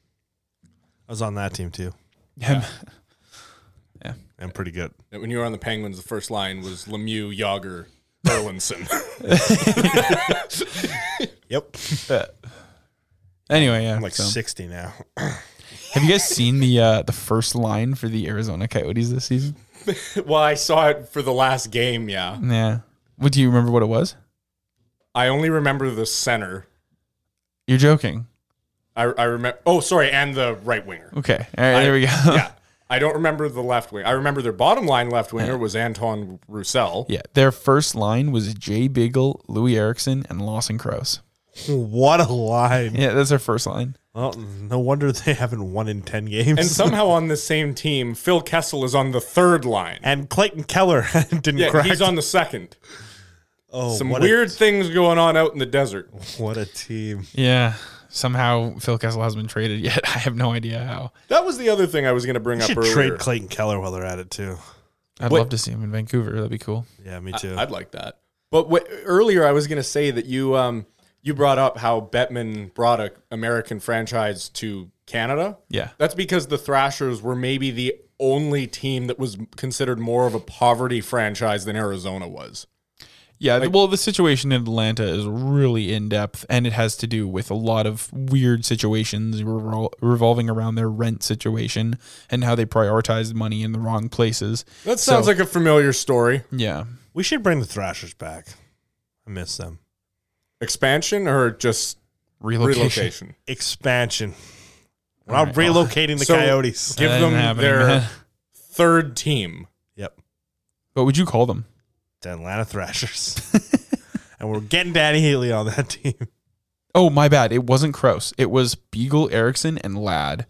[SPEAKER 6] I was on that team too.
[SPEAKER 4] Yeah.
[SPEAKER 6] And pretty good.
[SPEAKER 5] When you were on the Penguins, the first line was Lemieux, Yager, Erlinson.
[SPEAKER 6] Yep.
[SPEAKER 4] Anyway, yeah.
[SPEAKER 6] I'm like
[SPEAKER 4] so.
[SPEAKER 6] 60 now.
[SPEAKER 4] Have you guys seen the uh, the first line for the Arizona Coyotes this season?
[SPEAKER 5] Well, I saw it for the last game, yeah.
[SPEAKER 4] Yeah. What do you remember what it was?
[SPEAKER 5] I only remember the center.
[SPEAKER 4] You're joking.
[SPEAKER 5] I, I remember. Oh, sorry, and the right winger.
[SPEAKER 4] Okay. All right, there we go.
[SPEAKER 5] Yeah. I don't remember the left wing. I remember their bottom line left winger was Anton Roussel.
[SPEAKER 4] Yeah, their first line was Jay Beagle, Louis Erickson, and Lawson Krause.
[SPEAKER 6] what a line.
[SPEAKER 4] Yeah, that's their first line.
[SPEAKER 6] Well, no wonder they haven't won in 10 games.
[SPEAKER 5] And somehow on the same team, Phil Kessel is on the third line.
[SPEAKER 6] And Clayton Keller didn't
[SPEAKER 5] Yeah,
[SPEAKER 6] crack.
[SPEAKER 5] he's on the second.
[SPEAKER 6] oh,
[SPEAKER 5] Some
[SPEAKER 6] what
[SPEAKER 5] weird things going on out in the desert.
[SPEAKER 6] A, what a team.
[SPEAKER 4] Yeah. Somehow Phil Kessel hasn't been traded yet. I have no idea how.
[SPEAKER 5] That was the other thing I was going to bring up
[SPEAKER 6] should
[SPEAKER 5] earlier.
[SPEAKER 6] trade Clayton Keller while they're at it, too.
[SPEAKER 4] I'd
[SPEAKER 5] Wait.
[SPEAKER 4] love to see him in Vancouver. That'd be cool.
[SPEAKER 6] Yeah, me too.
[SPEAKER 5] I'd like that. But what, earlier, I was going to say that you um, you brought up how Bettman brought a American franchise to Canada.
[SPEAKER 4] Yeah.
[SPEAKER 5] That's because the Thrashers were maybe the only team that was considered more of a poverty franchise than Arizona was.
[SPEAKER 4] Yeah. well, the situation in Atlanta is really in depth, and it has to do with a lot of weird situations revol- revolving around their rent situation and how they prioritize money in the wrong places.
[SPEAKER 5] That sounds
[SPEAKER 4] So-
[SPEAKER 5] like a familiar story.
[SPEAKER 4] Yeah.
[SPEAKER 6] we should bring the Thrashers back. I miss them.
[SPEAKER 5] Expansion or just
[SPEAKER 4] Relocation.
[SPEAKER 5] relocation?
[SPEAKER 6] Expansion. We're not relocating the
[SPEAKER 5] So-
[SPEAKER 6] Coyotes.
[SPEAKER 5] Give
[SPEAKER 4] That
[SPEAKER 5] them
[SPEAKER 4] ain't happening,
[SPEAKER 5] their
[SPEAKER 4] man.
[SPEAKER 5] third team.
[SPEAKER 6] Yep.
[SPEAKER 4] What would you call them?
[SPEAKER 6] The Atlanta Thrashers. and we're getting Danny Healy on that team.
[SPEAKER 4] Oh, my bad. It wasn't Kraus. It was Beagle, Erickson, and Ladd.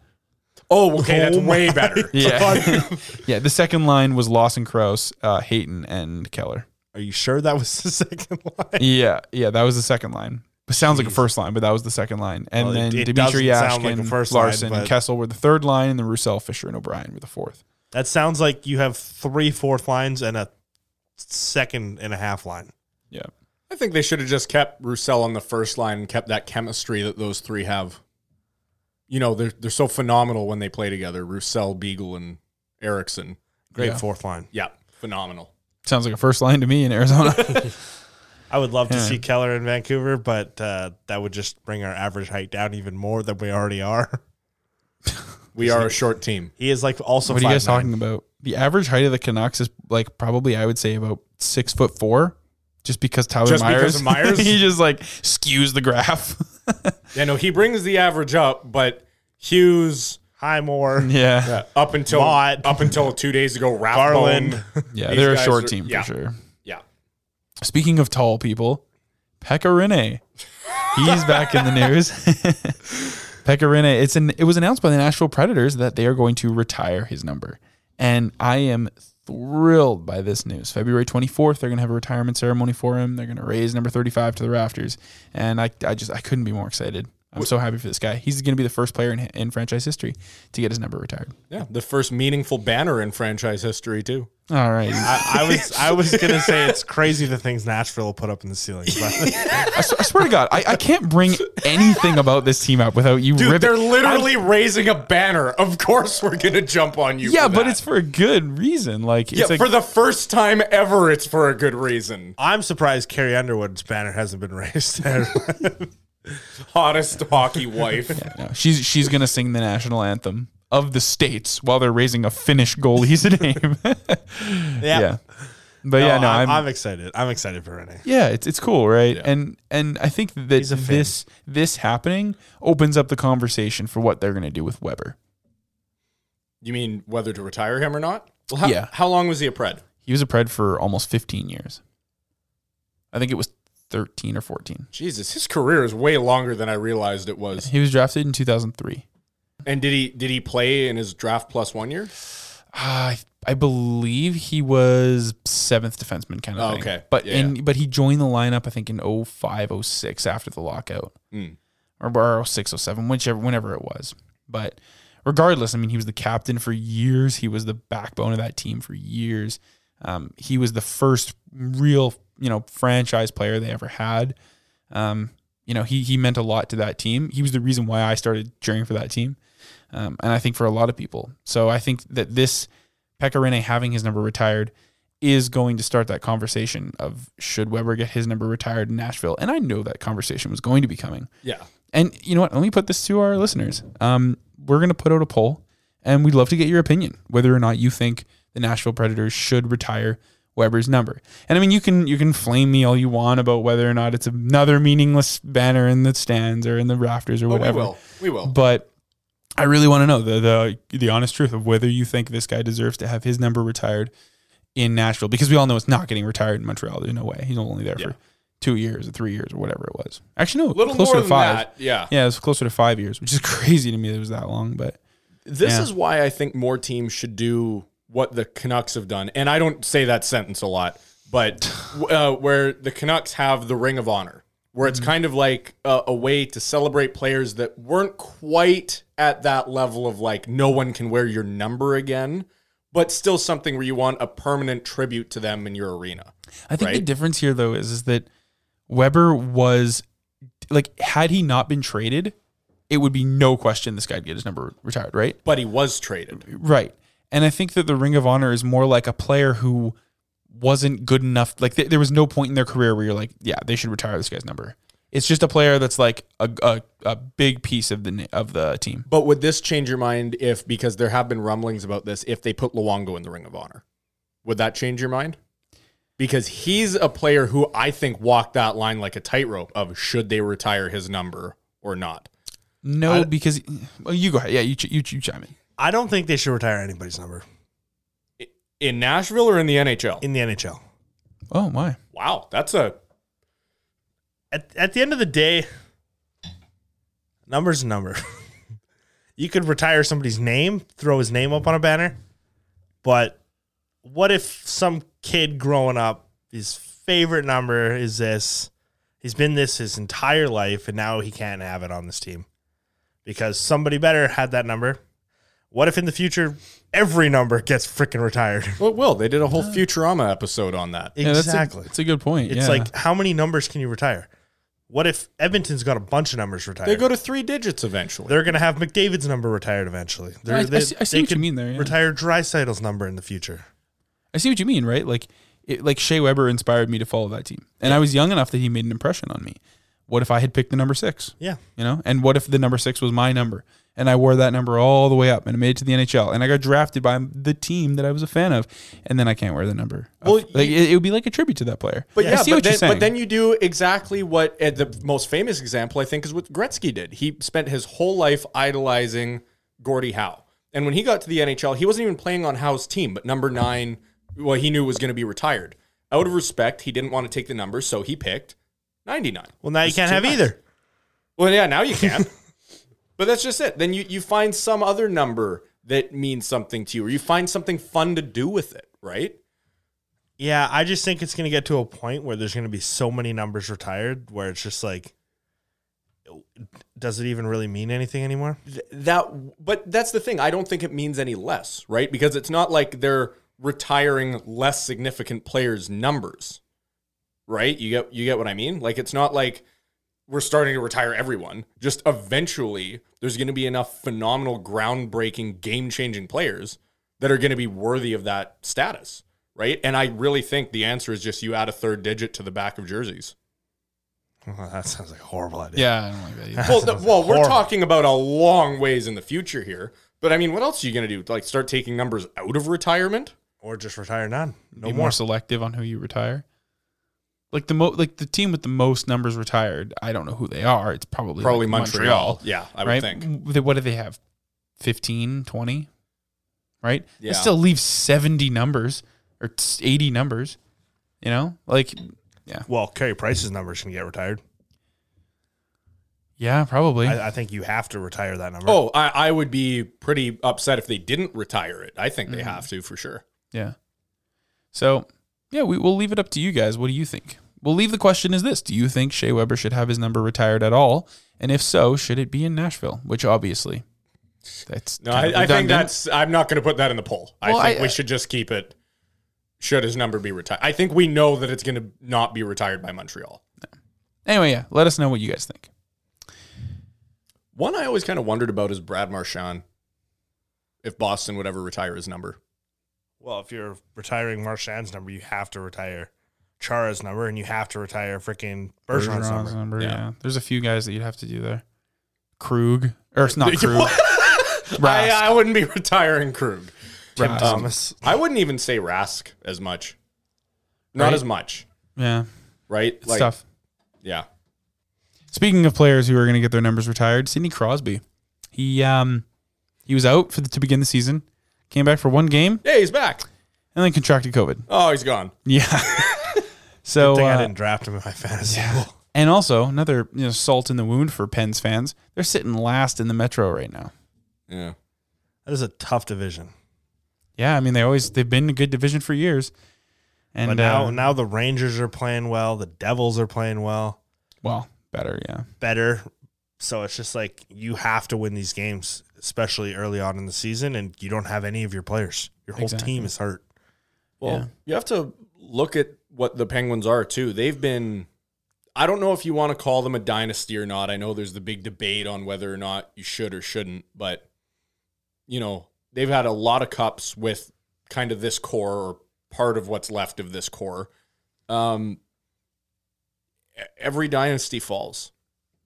[SPEAKER 5] Oh, okay, that's way better.
[SPEAKER 4] Yeah. yeah. The second line was Lawson Krause, uh, Hayton, and Keller.
[SPEAKER 6] Are you sure that was the second line?
[SPEAKER 4] Yeah. Yeah. That was the second line. It sounds like a first line, but that was the second line. And
[SPEAKER 6] Well, it-
[SPEAKER 4] then
[SPEAKER 6] it
[SPEAKER 4] Dimitri
[SPEAKER 6] doesn't sound like
[SPEAKER 4] Ashkin,
[SPEAKER 6] a first line,
[SPEAKER 4] Larson,
[SPEAKER 6] but-
[SPEAKER 4] and Kessel were the third line, and then Roussel, Fisher, and O'Brien were the fourth.
[SPEAKER 6] That sounds like you have three fourth lines and a second and a half line.
[SPEAKER 4] Yeah.
[SPEAKER 5] I think they should have just kept Roussel on the first line and kept that chemistry that those three have. You know, they're they're so phenomenal when they play together. Roussel, Beagle, and Erickson.
[SPEAKER 6] Great
[SPEAKER 4] Yeah.
[SPEAKER 6] fourth line.
[SPEAKER 5] Yeah, phenomenal.
[SPEAKER 4] Sounds like a first line to me in Arizona.
[SPEAKER 6] I would love to
[SPEAKER 4] Yeah.
[SPEAKER 6] see Keller in Vancouver, but uh, that would just bring our average height down even more than we already are.
[SPEAKER 5] We are a short team.
[SPEAKER 6] He is like also.
[SPEAKER 4] what are you guys
[SPEAKER 6] 5'9".
[SPEAKER 4] talking about? The average height of the Canucks is like probably, I would say, about six foot four. Just because Tyler
[SPEAKER 5] Just
[SPEAKER 4] Myers,
[SPEAKER 5] because of Myers?
[SPEAKER 4] he just like skews the graph.
[SPEAKER 5] Yeah, no, he brings the average up, but Hughes
[SPEAKER 6] Hi, Moore.
[SPEAKER 4] yeah,
[SPEAKER 5] uh, up until
[SPEAKER 6] Mott.
[SPEAKER 5] up until two days ago, Rathbone.
[SPEAKER 6] Garland.
[SPEAKER 4] Yeah,
[SPEAKER 5] These
[SPEAKER 4] they're a
[SPEAKER 5] guys
[SPEAKER 4] short
[SPEAKER 5] are-
[SPEAKER 4] team
[SPEAKER 5] yeah.
[SPEAKER 4] for sure.
[SPEAKER 5] Yeah.
[SPEAKER 4] Speaking of tall people, Pecorine. He's back in the news. Pecorine, it's an it was announced by the Nashville Predators that they are going to retire his number. And I am thrilled by this news. February 24th, they're going to have a retirement ceremony for him. They're going to raise number 35 to the rafters. And I, I just I couldn't be more excited. I'm so happy for this guy. He's going to be the first player in, in franchise history to get his number retired.
[SPEAKER 5] Yeah. The first meaningful banner in franchise history, too.
[SPEAKER 4] All right.
[SPEAKER 6] I, I was I was gonna say it's crazy the things Nashville will put up in the ceiling. But
[SPEAKER 4] I, s- I swear to God, I, I can't bring anything about this team up without you
[SPEAKER 5] Dude,
[SPEAKER 4] ripping.
[SPEAKER 5] they're literally raising a banner. Of course, we're gonna jump on you.
[SPEAKER 4] yeah,
[SPEAKER 5] for
[SPEAKER 4] but
[SPEAKER 5] that.
[SPEAKER 4] it's for a good reason. Like,
[SPEAKER 5] yeah
[SPEAKER 4] it's like,
[SPEAKER 5] for the first time ever. It's for a good reason.
[SPEAKER 6] I'm surprised Carrie Underwood's banner hasn't been raised.
[SPEAKER 5] Hottest hockey wife.
[SPEAKER 4] no, she's she's gonna sing the national anthem of the states while they're raising a Finnish goalie's name.
[SPEAKER 6] yeah. Oh,
[SPEAKER 4] yeah, but yeah, no, I'm,
[SPEAKER 6] I'm, I'm excited. I'm excited for Renee.
[SPEAKER 4] yeah, it's it's cool, right? And and I think that
[SPEAKER 6] a Finn.
[SPEAKER 4] this this happening opens up the conversation for what they're gonna do with Weber.
[SPEAKER 5] You mean whether to retire him or not? Well, how,
[SPEAKER 4] Yeah.
[SPEAKER 5] How long was he a pred?
[SPEAKER 4] He was a pred for almost 15 years. I think it was 13 or 14.
[SPEAKER 5] Jesus, his career is way longer than I realized it was.
[SPEAKER 4] He was drafted in 2003.
[SPEAKER 5] And did he did he play in his draft plus one year?
[SPEAKER 4] I I believe he was seventh defenseman kind of
[SPEAKER 5] Oh,
[SPEAKER 4] thing.
[SPEAKER 5] okay.
[SPEAKER 4] But
[SPEAKER 5] Yeah,
[SPEAKER 4] in but he joined the lineup I think in 05, 06 after the lockout.
[SPEAKER 5] Hmm.
[SPEAKER 4] Or, oh or 06, 07, whichever whenever it was. But regardless, I mean he was the captain for years. He was the backbone of that team for years. Um, he was the first real, you know, franchise player they ever had. Um, you know, he he meant a lot to that team. He was the reason why I started cheering for that team. Um, and I think for a lot of people. So I think that this Pecorine having his number retired is going to start that conversation of should Weber get his number retired in Nashville? And I know that conversation was going to be coming.
[SPEAKER 5] Yeah.
[SPEAKER 4] And you know what? Let me put this to our listeners. Um, we're going to put out a poll, and we'd love to get your opinion whether or not you think the Nashville Predators should retire Weber's number. And I mean, you can you can flame me all you want about whether or not it's another meaningless banner in the stands or in the rafters or
[SPEAKER 5] But
[SPEAKER 4] whatever.
[SPEAKER 5] Oh, we will. We will.
[SPEAKER 4] But I really want to know the, the the honest truth of whether you think this guy deserves to have his number retired in Nashville because we all know it's not getting retired in Montreal. There's no way. He's only there for two years or three years or whatever it was. Actually, no,
[SPEAKER 5] a little
[SPEAKER 4] closer
[SPEAKER 5] more
[SPEAKER 4] to
[SPEAKER 5] than
[SPEAKER 4] five.
[SPEAKER 5] that. Yeah.
[SPEAKER 4] Yeah, it was closer to five years, which is crazy to me that it was that long. But
[SPEAKER 5] This
[SPEAKER 4] Yeah.
[SPEAKER 5] is why I think more teams should do what the Canucks have done. And I don't say that sentence a lot, but uh, where the Canucks have the Ring of Honor, where it's kind of like a, a way to celebrate players that weren't quite at that level of like, no one can wear your number again, but still something where you want a permanent tribute to them in your arena.
[SPEAKER 4] I think the
[SPEAKER 5] Right.
[SPEAKER 4] difference here, though, is is that Weber was like, had he not been traded, it would be no question this guy'd get his number retired, right?
[SPEAKER 5] But he was traded.
[SPEAKER 4] Right. And I think that the Ring of Honor is more like a player who wasn't good enough. Like th- there was no point in their career where you're like, yeah, they should retire this guy's number. It's just a player that's like a, a, a big piece of the na- of the team.
[SPEAKER 5] But would this change your mind if, because there have been rumblings about this, if they put Luongo in the Ring of Honor? Would that change your mind? Because he's a player who I think walked that line like a tightrope of should they retire his number or not.
[SPEAKER 4] No, because well, you go ahead. Yeah, you ch- you, ch- you chime in.
[SPEAKER 6] I don't think they should retire anybody's number
[SPEAKER 5] In Nashville or in the NHL?
[SPEAKER 6] in the NHL.
[SPEAKER 4] Oh my,
[SPEAKER 5] wow, that's a
[SPEAKER 6] At, at the end of the day, number's a number. you could retire somebody's name, throw his name up on a banner, but what if some kid growing up, his favorite number is this? He's been this his entire life, and now he can't have it on this team because somebody better had that number. What if in the future every number gets freaking retired?
[SPEAKER 5] well, Will. They did a whole Futurama episode on that.
[SPEAKER 4] Yeah, that's a- That's a, good point.
[SPEAKER 6] It's
[SPEAKER 4] yeah.
[SPEAKER 6] like how many numbers can you retire? What if Edmonton's got a bunch of numbers retired?
[SPEAKER 5] They go to three digits eventually.
[SPEAKER 6] They're going to have McDavid's number retired eventually. They're,
[SPEAKER 4] I- I
[SPEAKER 6] they,
[SPEAKER 4] see- I see
[SPEAKER 6] they
[SPEAKER 4] what you
[SPEAKER 6] could
[SPEAKER 4] mean there, yeah.
[SPEAKER 6] Retire Drysaitel's number in the future.
[SPEAKER 4] I see what you mean, right? Like it, like Shea Weber inspired me to follow that team, and I was young enough that he made an impression on me. What if I had picked the number six?
[SPEAKER 6] Yeah,
[SPEAKER 4] you know and what if the number six was my number and i wore that number all the way up and I made it to the nhl and i got drafted by the team that i was a fan of and then i can't wear the number of-
[SPEAKER 5] Well,
[SPEAKER 4] like it, it would be like a tribute to that player
[SPEAKER 5] But
[SPEAKER 4] I
[SPEAKER 5] yeah,
[SPEAKER 4] see
[SPEAKER 5] but,
[SPEAKER 4] what
[SPEAKER 5] then,
[SPEAKER 4] you're saying
[SPEAKER 5] but then you do exactly what uh, the most famous example I think is what Gretzky did. He spent his whole life idolizing Gordie Howe, and when he got to the NHL, he wasn't even playing on Howe's team, but number nine, well, he knew was going to be retired. Out of respect, he didn't want to take the number, so he picked ninety nine.
[SPEAKER 6] Well, now you can't
[SPEAKER 5] too
[SPEAKER 6] have
[SPEAKER 5] much.
[SPEAKER 6] either.
[SPEAKER 5] Well, yeah, now you can. but that's just it. Then you you find some other number that means something to you, or you find something fun to do with it, right?
[SPEAKER 6] Yeah, I just think it's going to get to a point where there's going to be so many numbers retired where it's just like, does it even really mean anything anymore?
[SPEAKER 5] that but that's the thing i don't think it means any less right because it's not like they're retiring less significant players numbers right you get you get what i mean like it's not like we're starting to retire everyone just eventually there's going to be enough phenomenal groundbreaking game-changing players that are going to be worthy of that status right and i really think the answer is just you add a third digit to the back of jerseys
[SPEAKER 6] Well, that sounds like a horrible idea.
[SPEAKER 4] yeah i don't like that either.
[SPEAKER 5] well, th- well we're
[SPEAKER 6] horrible.
[SPEAKER 5] talking about a long ways in the future here. But I mean, what else are you going to do? Like start taking numbers out of retirement?
[SPEAKER 6] Or just retire none. No
[SPEAKER 4] be
[SPEAKER 6] more.
[SPEAKER 4] more selective on who you retire like the mo- like the team with the most numbers retired i don't know who they are it's probably
[SPEAKER 5] Probably
[SPEAKER 4] like
[SPEAKER 5] Montreal. Yeah, I would
[SPEAKER 4] right Mm,
[SPEAKER 5] think.
[SPEAKER 4] W- they- what do they have 15 20 right
[SPEAKER 5] Yeah.
[SPEAKER 4] it still leaves 70 numbers or t- 80 numbers you know like
[SPEAKER 6] Well, Carey Price's number is going to get retired.
[SPEAKER 4] yeah probably
[SPEAKER 6] I, I think you have to retire that number.
[SPEAKER 5] Oh, I, I would be pretty upset if they didn't retire it. I
[SPEAKER 4] Mm.
[SPEAKER 5] think they have to for sure.
[SPEAKER 4] Yeah. So, yeah, we, we'll leave it up to you guys. What do you think? We'll leave the question as this Do you think Shea Weber should have his number retired at all? And if so, should it be in Nashville? Which obviously, that's.
[SPEAKER 5] No,
[SPEAKER 4] kind of
[SPEAKER 5] I, I think
[SPEAKER 4] redundant.
[SPEAKER 5] that's. I'm not going to put that in the poll.
[SPEAKER 4] Well,
[SPEAKER 5] I think
[SPEAKER 4] I- uh,
[SPEAKER 5] we should just keep it. Should his number be retired? I think we know that it's going to not be retired by Montreal.
[SPEAKER 4] Anyway, yeah, let us know what you guys think.
[SPEAKER 5] One I always kind of wondered about is Brad Marchand. If Boston would ever retire his number,
[SPEAKER 6] well, if you're retiring Marchand's number, you have to retire Chara's number, and you have to retire freaking Bergeron's,
[SPEAKER 4] Bergeron's
[SPEAKER 6] number.
[SPEAKER 4] number, yeah. There's a few guys that you'd have to do there. Krug, or it's not Krug.
[SPEAKER 5] I,
[SPEAKER 4] Rask.
[SPEAKER 5] I wouldn't be retiring Krug.
[SPEAKER 6] Tim
[SPEAKER 4] Rask.
[SPEAKER 6] Thomas.
[SPEAKER 5] I wouldn't even say Rask as much. Not
[SPEAKER 4] Right.
[SPEAKER 5] as much,
[SPEAKER 4] yeah,
[SPEAKER 5] right?
[SPEAKER 4] it's tough.
[SPEAKER 5] Yeah.
[SPEAKER 4] Speaking of players who are going to get their numbers retired, Sidney Crosby. He um he was out for the, to begin the season, came back for one game,
[SPEAKER 5] Yeah, he's back.
[SPEAKER 4] and then contracted COVID.
[SPEAKER 5] Oh, he's gone.
[SPEAKER 4] Yeah. so
[SPEAKER 6] Thing I
[SPEAKER 4] uh,
[SPEAKER 6] didn't draft him in my fantasy. pool.
[SPEAKER 4] and also another you know, salt in the wound for Pens fans. They're sitting last in the Metro right now.
[SPEAKER 5] Yeah.
[SPEAKER 6] That is a tough division.
[SPEAKER 4] Yeah, I mean they always they've been a good division for years. And
[SPEAKER 6] But now,
[SPEAKER 4] uh,
[SPEAKER 6] now the Rangers are playing well. The Devils are playing well,
[SPEAKER 4] well, better, yeah.
[SPEAKER 6] better. So it's just like you have to win these games, especially early on in the season, and you don't have any of your players. Your whole
[SPEAKER 4] Exactly.
[SPEAKER 6] team is hurt.
[SPEAKER 5] Well,
[SPEAKER 4] Yeah.
[SPEAKER 5] you have to look at what the Penguins are too. They've been I don't know if you want to call them a dynasty or not. I know there's the big debate on whether or not you should or shouldn't, but you know, they've had a lot of cups with kind of this core or part of what's left of this core. Um e- every dynasty falls,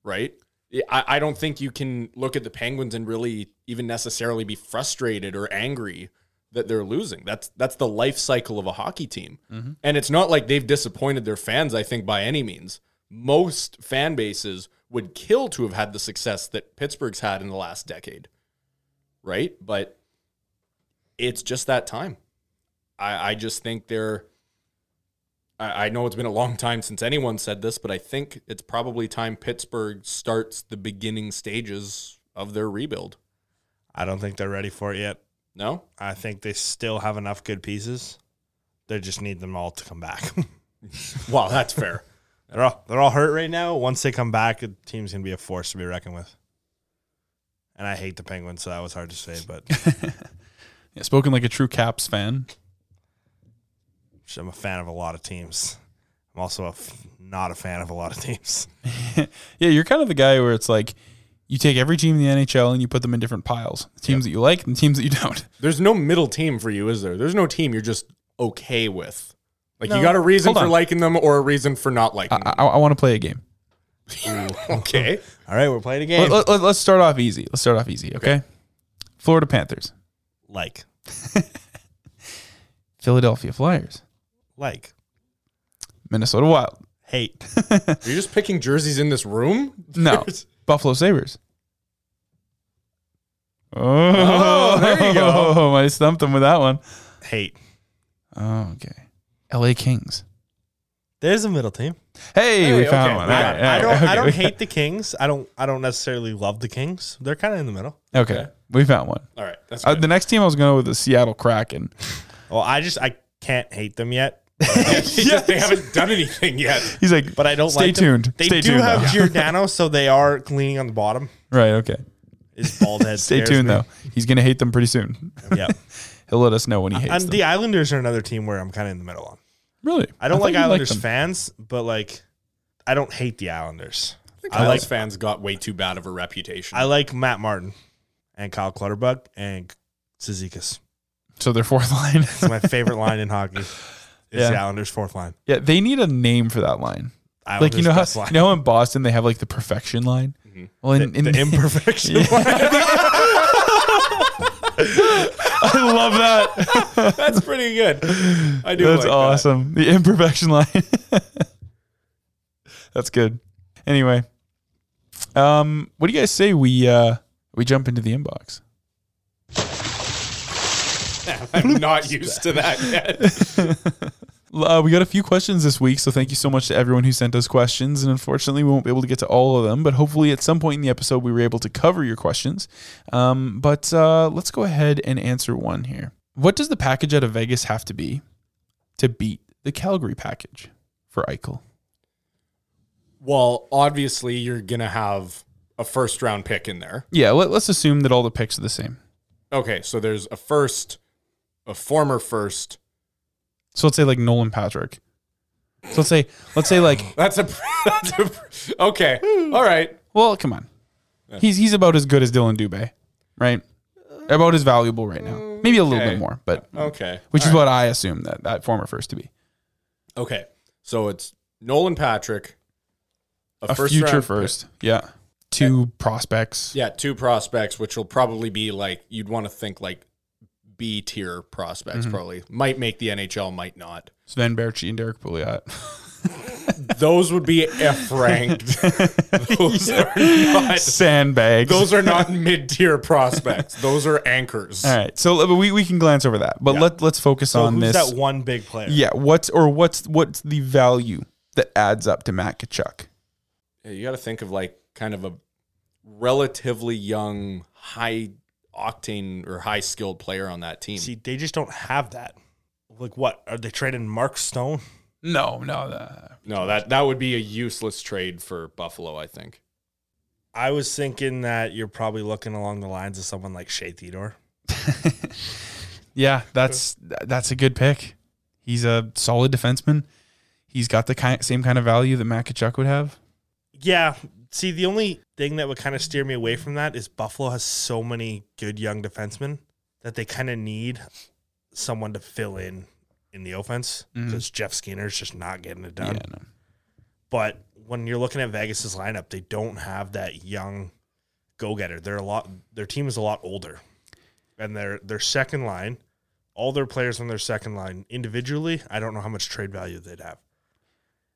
[SPEAKER 5] right? Yeah, I, I don't think you can look at the Penguins and really even necessarily be frustrated or angry that they're losing. That's that's the life cycle of a hockey team. And it's not like they've disappointed their fans, I think, by any means. Most fan bases would kill to have had the success that Pittsburgh's had in the last decade. Right? But it's just that time. I, I just think they're I, I know it's been a long time since anyone said this, but I think it's probably time Pittsburgh starts the beginning stages of their rebuild.
[SPEAKER 6] I don't think they're ready for it yet.
[SPEAKER 5] No?
[SPEAKER 6] I think they still have enough good pieces. They just need them all to come back.
[SPEAKER 5] Well, that's fair.
[SPEAKER 6] they're all they're all hurt right now. Once they come back, the team's gonna be a force to be reckoned with. And I hate the Penguins, so that was hard to say, but
[SPEAKER 4] yeah. Spoken like a true Caps fan.
[SPEAKER 6] I'm a fan of a lot of teams. I'm also a f- not a fan of a lot of teams.
[SPEAKER 4] Yeah, you're kind of the guy where it's like you take every team in the NHL and you put them in different piles. The teams that you like and the teams that you don't.
[SPEAKER 5] There's no middle team for you, is there? There's no team you're just okay with. Like
[SPEAKER 4] No.
[SPEAKER 5] you got a reason
[SPEAKER 4] Hold
[SPEAKER 5] for
[SPEAKER 4] on.
[SPEAKER 5] liking them or a reason for not liking
[SPEAKER 4] I, I, I want to play a game.
[SPEAKER 5] them. Okay.
[SPEAKER 6] All right, we're playing a game.
[SPEAKER 4] Let, us start off easy. Let's start off easy, okay? Florida Panthers,
[SPEAKER 6] like,
[SPEAKER 4] Philadelphia Flyers,
[SPEAKER 6] like,
[SPEAKER 4] Minnesota Wild.
[SPEAKER 6] hate.
[SPEAKER 5] You're just picking jerseys in this room?
[SPEAKER 4] No, Buffalo Sabres. Oh,
[SPEAKER 5] there you go.
[SPEAKER 4] I stumped him with that one.
[SPEAKER 6] hate.
[SPEAKER 4] Oh, okay. LA Kings.
[SPEAKER 6] There's a middle team.
[SPEAKER 4] Hey, we
[SPEAKER 5] Hey,
[SPEAKER 4] found
[SPEAKER 5] okay,
[SPEAKER 4] one.
[SPEAKER 5] we
[SPEAKER 4] All
[SPEAKER 5] got
[SPEAKER 4] right,
[SPEAKER 5] it.
[SPEAKER 4] all
[SPEAKER 6] I
[SPEAKER 4] right,
[SPEAKER 6] don't.
[SPEAKER 4] okay,
[SPEAKER 6] I
[SPEAKER 4] we-
[SPEAKER 6] don't hate the Kings. I don't. I don't necessarily love the Kings. They're kind of in the middle.
[SPEAKER 4] Okay, we found one.
[SPEAKER 5] All right. That's
[SPEAKER 4] Uh,
[SPEAKER 5] good.
[SPEAKER 4] the next team I was going with the Seattle Kraken.
[SPEAKER 6] Well, I just I can't hate them yet.
[SPEAKER 5] It's just they haven't done anything yet.
[SPEAKER 4] He's like,
[SPEAKER 6] But I don't.
[SPEAKER 4] Stay
[SPEAKER 6] like them.
[SPEAKER 4] tuned.
[SPEAKER 6] They
[SPEAKER 4] Stay
[SPEAKER 6] do
[SPEAKER 4] tuned,
[SPEAKER 6] have
[SPEAKER 4] though.
[SPEAKER 6] Giordano, so they are leaning on the bottom.
[SPEAKER 4] right, okay.
[SPEAKER 6] Is bald head.
[SPEAKER 4] Stay
[SPEAKER 6] scares
[SPEAKER 4] tuned
[SPEAKER 6] me.
[SPEAKER 4] though. He's gonna hate them pretty soon.
[SPEAKER 6] Yeah.
[SPEAKER 4] He'll let us know when he hates
[SPEAKER 6] Uh, And
[SPEAKER 4] them.
[SPEAKER 6] the Islanders are another team where I'm kind of in the middle on.
[SPEAKER 4] really,
[SPEAKER 6] I don't
[SPEAKER 4] thought
[SPEAKER 6] like
[SPEAKER 4] you liked
[SPEAKER 6] Islanders
[SPEAKER 4] them.
[SPEAKER 6] fans, but like I don't hate the Islanders.
[SPEAKER 5] Kyle's
[SPEAKER 6] I like
[SPEAKER 5] fans got way too bad of a reputation.
[SPEAKER 6] I like Matt Martin and Kyle Clutterbuck and Zizekas.
[SPEAKER 4] So their fourth line.
[SPEAKER 6] It's my favorite line in hockey. It's the
[SPEAKER 4] Yeah.
[SPEAKER 6] Islanders fourth line.
[SPEAKER 4] yeah, they need a name for that line. like
[SPEAKER 6] Islanders
[SPEAKER 4] you know
[SPEAKER 6] best
[SPEAKER 4] how
[SPEAKER 6] line. Mm-hmm.
[SPEAKER 4] you know how in Boston they have like the perfection line. Well, in, in
[SPEAKER 6] the imperfection line.
[SPEAKER 4] I love that.
[SPEAKER 5] That's pretty good. I do.
[SPEAKER 4] That's
[SPEAKER 5] like that.
[SPEAKER 4] awesome. The imperfection line. That's good. Anyway, um, what do you guys say we uh we jump into the inbox?
[SPEAKER 5] I'm not used to that yet.
[SPEAKER 4] Uh, we got a few questions this week, so thank you so much to everyone who sent us questions. And unfortunately, we won't be able to get to all of them, but hopefully, at some point in the episode, we were able to cover your questions. Um, but uh, let's go ahead and answer one here. What does the package out of Vegas have to be to beat the Calgary package for Eichel?
[SPEAKER 5] Well, obviously, you're going to have a first round pick in there.
[SPEAKER 4] Yeah, let, let's assume that all the picks are the same.
[SPEAKER 5] Okay. So there's a first, a former first.
[SPEAKER 4] So let's say like Nolan Patrick. So let's say let's say like
[SPEAKER 5] That's a. That's a okay. All right.
[SPEAKER 4] well, come on, he's he's about as good as Dylan Dubé, right? about as valuable right now. Maybe a little
[SPEAKER 5] Okay.
[SPEAKER 4] bit more, but
[SPEAKER 5] Okay.
[SPEAKER 4] which
[SPEAKER 5] All
[SPEAKER 4] is
[SPEAKER 5] right.
[SPEAKER 4] what I assume that that former first to be
[SPEAKER 5] Okay. So it's Nolan Patrick,
[SPEAKER 4] a future
[SPEAKER 5] round pick.
[SPEAKER 4] first. Yeah, two prospects.
[SPEAKER 5] Yeah, two prospects, which will probably be like you'd want to think like B tier prospects.
[SPEAKER 4] Mm-hmm.
[SPEAKER 5] Probably might make the NHL, might not.
[SPEAKER 4] Sven Berchi and Derek Pouliot.
[SPEAKER 5] Those would be F ranked. those are not.
[SPEAKER 4] Sandbags.
[SPEAKER 5] Those are not mid tier prospects. Those are anchors.
[SPEAKER 4] All right, so uh, we, we can glance over that, but let let's focus
[SPEAKER 6] So
[SPEAKER 4] on
[SPEAKER 6] who's
[SPEAKER 4] this.
[SPEAKER 6] that one big player?
[SPEAKER 4] Yeah, what's or what's what's the value that adds up to Matt Kachuk?
[SPEAKER 5] Yeah, you got to think of like kind of a relatively young, high octane or high skilled player on that team.
[SPEAKER 6] See, they just don't have that. Like what? Are they trading Mark Stone?
[SPEAKER 4] No, uh, no,
[SPEAKER 5] no, that that would be a useless trade for Buffalo. I think.
[SPEAKER 6] I was thinking that you're probably looking along the lines of someone like Shea Theodore.
[SPEAKER 4] yeah, that's that's a good pick. He's a solid defenseman. He's got the kind, same kind of value that Matt Kachuk would have.
[SPEAKER 6] Yeah. See, the only thing that would kind of steer me away from that is Buffalo has so many good young defensemen that they kind of need someone to fill in in the offense because Jeff Skinner's just not getting it done.
[SPEAKER 4] no.
[SPEAKER 6] But when you're looking at Vegas's lineup, they don't have that young go-getter. They're a lot. Their team is a lot older, and their their second line, all their players on their second line individually, I don't know how much trade value they'd have.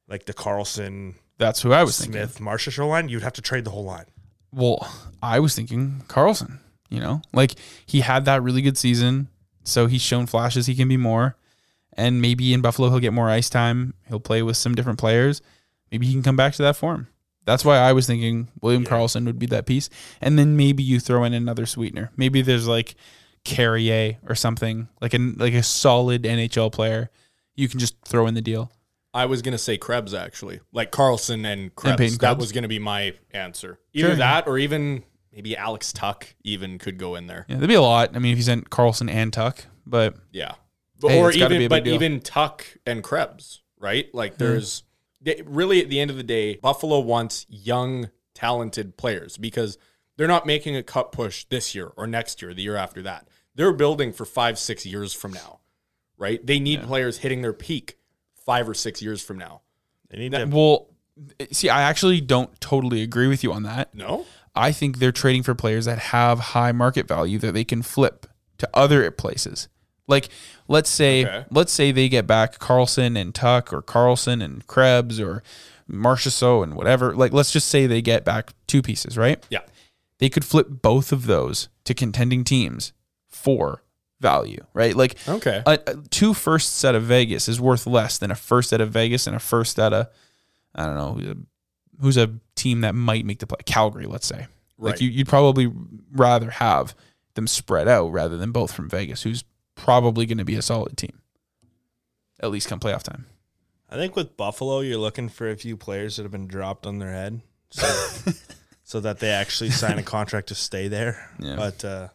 [SPEAKER 6] Like the Carlson,
[SPEAKER 4] That's who I was thinking.
[SPEAKER 6] Smith, Marcia Show line, you'd have to trade the whole line.
[SPEAKER 4] Well, I was thinking Carlson. You know, like he had that really good season, so he's shown flashes he can be more, and maybe in Buffalo he'll get more ice time. He'll play with some different players. Maybe he can come back to that form. That's why I was thinking William Carlson would be that piece, and then maybe you throw in another sweetener. Maybe there's like Carrier or something like an like a solid NHL player. You can just throw in the deal.
[SPEAKER 5] I was gonna say Krebs actually, like Carlson and Krebs.
[SPEAKER 4] Peyton
[SPEAKER 5] that
[SPEAKER 4] Krebs.
[SPEAKER 5] was gonna be my answer. Either
[SPEAKER 4] Sure.
[SPEAKER 5] that or even maybe Alex Tuck even could go in there.
[SPEAKER 4] Yeah, that'd be a lot. I mean, if you sent Carlson and Tuck, but
[SPEAKER 5] Yeah,
[SPEAKER 4] Hey,
[SPEAKER 5] or
[SPEAKER 4] it's gotta be a
[SPEAKER 5] even
[SPEAKER 4] big
[SPEAKER 5] but
[SPEAKER 4] deal. Hmm.
[SPEAKER 5] even Tuck and Krebs, right? Like there's they- really at the end of the day, Buffalo wants young, talented players because they're not making a cup push this year or next year, the year after that. They're building for five, six years from now, right? They need players hitting their peak five or six years from now.
[SPEAKER 6] They need to.
[SPEAKER 4] Well, see, I actually don't totally agree with you on that.
[SPEAKER 5] No,
[SPEAKER 4] I think they're trading for players that have high market value that they can flip to other places. Like let's say
[SPEAKER 5] Okay.
[SPEAKER 4] let's say they get back Carlson and Tuck or Carlson and Krebs or Marchessault and whatever. Like let's just say they get back two pieces, right?
[SPEAKER 5] yeah,
[SPEAKER 4] They could flip both of those to contending teams for value, right? Like
[SPEAKER 5] okay.
[SPEAKER 4] a, a two firsts out of Vegas is worth less than a first out of Vegas and a first out of I don't know who's a, who's a team that might make the play Calgary, let's say.
[SPEAKER 5] Right.
[SPEAKER 4] Like you, you'd probably rather have them spread out rather than both from Vegas, who's probably going to be a solid team, at least come playoff time.
[SPEAKER 6] I think with Buffalo, you're looking for a few players that have been dropped on their head, so, so that they actually sign a contract to stay there.
[SPEAKER 4] Yeah.
[SPEAKER 6] But uh,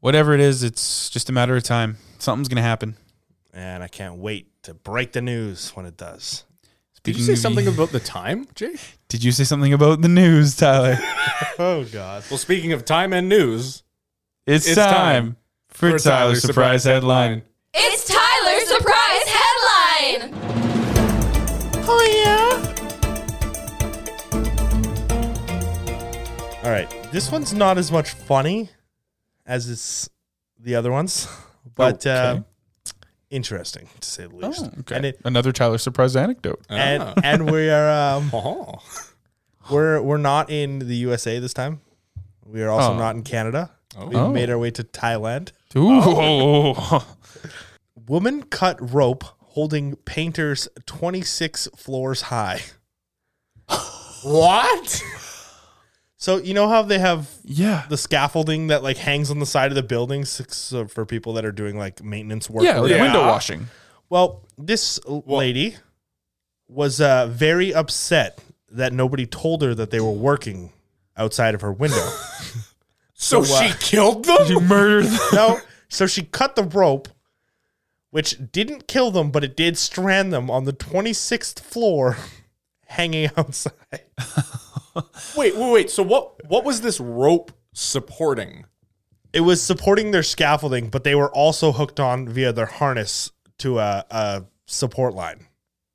[SPEAKER 4] Whatever it is, it's just a matter of time. Something's going to happen.
[SPEAKER 6] and I can't wait to break the news when it does.
[SPEAKER 5] Did you
[SPEAKER 4] Speaking
[SPEAKER 5] say
[SPEAKER 4] of-
[SPEAKER 5] something about the time, Jake?
[SPEAKER 4] Did you say something about the news, Tyler?
[SPEAKER 6] Oh God!
[SPEAKER 5] Well, speaking of time and news,
[SPEAKER 4] It's,
[SPEAKER 5] It's
[SPEAKER 4] time,
[SPEAKER 5] time
[SPEAKER 4] for,
[SPEAKER 5] for
[SPEAKER 4] Tyler's,
[SPEAKER 5] Tyler's
[SPEAKER 4] surprise,
[SPEAKER 5] surprise
[SPEAKER 4] headline.
[SPEAKER 5] headline.
[SPEAKER 1] It's Tyler's surprise headline.
[SPEAKER 6] All right, this one's not as much funny as it's the other ones, but uh, interesting to say the least.
[SPEAKER 4] Oh, Okay. Ah.
[SPEAKER 6] And it,
[SPEAKER 4] Another Tyler surprise anecdote.
[SPEAKER 6] and, and we are um,
[SPEAKER 4] Uh-huh.
[SPEAKER 5] oh,
[SPEAKER 6] we're we're not in the USA this time. We are also
[SPEAKER 4] Oh.
[SPEAKER 6] not in Canada. We've
[SPEAKER 4] Oh.
[SPEAKER 6] made our way to Thailand.
[SPEAKER 4] Ooh.
[SPEAKER 6] Woman cut rope holding painters 26 floors high.
[SPEAKER 5] what?
[SPEAKER 6] So, you know how they have
[SPEAKER 4] yeah.
[SPEAKER 6] the scaffolding that like hangs on the side of the building so- so for people that are doing like maintenance work?
[SPEAKER 4] Yeah,
[SPEAKER 6] or
[SPEAKER 4] like
[SPEAKER 5] Yeah.
[SPEAKER 4] window washing.
[SPEAKER 6] Well, this lady was uh, very upset that nobody told her that they were working outside of her window.
[SPEAKER 5] So,
[SPEAKER 4] uh,
[SPEAKER 5] she killed them?
[SPEAKER 4] You murder
[SPEAKER 6] no, so she cut the rope, which didn't kill them, but it did strand them on the 26th floor, hanging outside.
[SPEAKER 5] Wait, wait, wait. So what? What was this rope supporting?
[SPEAKER 6] it was supporting their scaffolding, but they were also hooked on via their harness to a, a support line.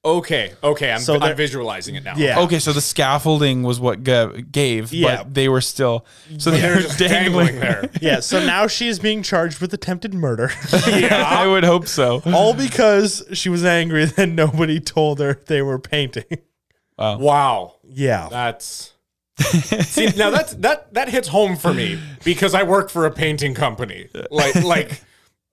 [SPEAKER 5] Okay, okay, I'm,
[SPEAKER 6] So
[SPEAKER 5] I'm
[SPEAKER 6] they're-
[SPEAKER 5] visualizing it now.
[SPEAKER 6] Yeah.
[SPEAKER 4] Okay, so the scaffolding was what ga- gave,
[SPEAKER 6] Yeah.
[SPEAKER 4] but they were still so they
[SPEAKER 5] They're
[SPEAKER 4] were
[SPEAKER 5] just
[SPEAKER 4] dangling.
[SPEAKER 5] dangling there.
[SPEAKER 6] Yeah. So now she is being charged with attempted murder.
[SPEAKER 4] I would hope so.
[SPEAKER 6] All because she was angry that nobody told her they were painting.
[SPEAKER 5] Wow,
[SPEAKER 6] Yeah.
[SPEAKER 5] that's see now that's that that hits home for me because I work for a painting company, like like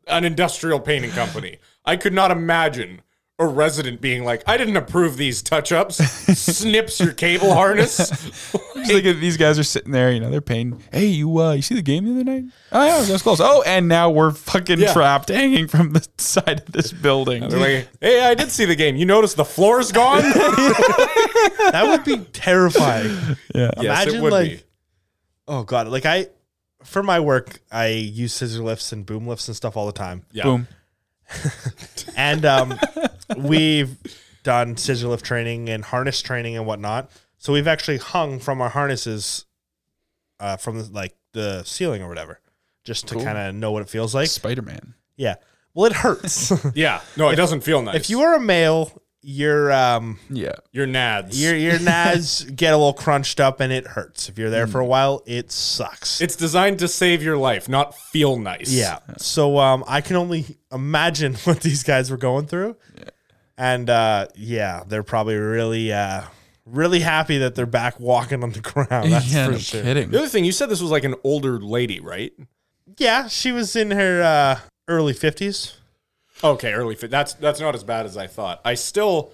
[SPEAKER 5] an industrial painting company. I could not imagine a resident being like, "I didn't approve these touch-ups." Snips your cable harness.
[SPEAKER 4] Just like if these guys are sitting there, you know, they're paying. Hey, you, uh, you see the game the other night? Oh yeah, that was close. Oh, and now we're fucking
[SPEAKER 5] Yeah.
[SPEAKER 4] trapped, hanging from the side of this building.
[SPEAKER 5] They're like, "Hey, I did see the game. You notice the floor's gone."
[SPEAKER 6] That would be terrifying.
[SPEAKER 4] yeah,
[SPEAKER 5] Yes, it
[SPEAKER 6] Imagine
[SPEAKER 5] would
[SPEAKER 6] like,
[SPEAKER 5] be.
[SPEAKER 6] oh god, like I, for my work, I use scissor lifts and boom lifts and stuff all the time.
[SPEAKER 5] Yeah.
[SPEAKER 4] boom.
[SPEAKER 6] And um, we've done scissor lift training and harness training and whatnot. So we've actually hung from our harnesses, uh, from the, like the ceiling or whatever, just to kind of know what it feels like.
[SPEAKER 4] Spider Man.
[SPEAKER 6] Yeah. Well, it hurts.
[SPEAKER 5] Yeah. No, it doesn't feel nice.
[SPEAKER 6] if you are a male, your um,
[SPEAKER 4] Yeah,
[SPEAKER 5] your nads,
[SPEAKER 6] your your nads get a little crunched up and it hurts. If you're
[SPEAKER 4] Mm.
[SPEAKER 6] there for a while, it sucks.
[SPEAKER 5] it's designed to save your life, not feel nice.
[SPEAKER 6] Yeah. So um, I can only imagine what these guys were going through. And uh, yeah, they're probably really, uh, really happy that they're back walking on the ground. That's
[SPEAKER 4] yeah,
[SPEAKER 6] for
[SPEAKER 4] no
[SPEAKER 6] sure.
[SPEAKER 4] kidding.
[SPEAKER 5] The other thing you said this was like an older lady, right?
[SPEAKER 6] Yeah, she was in her uh, early 50s.
[SPEAKER 5] Okay, early fit. That's that's not as bad as I thought. I still,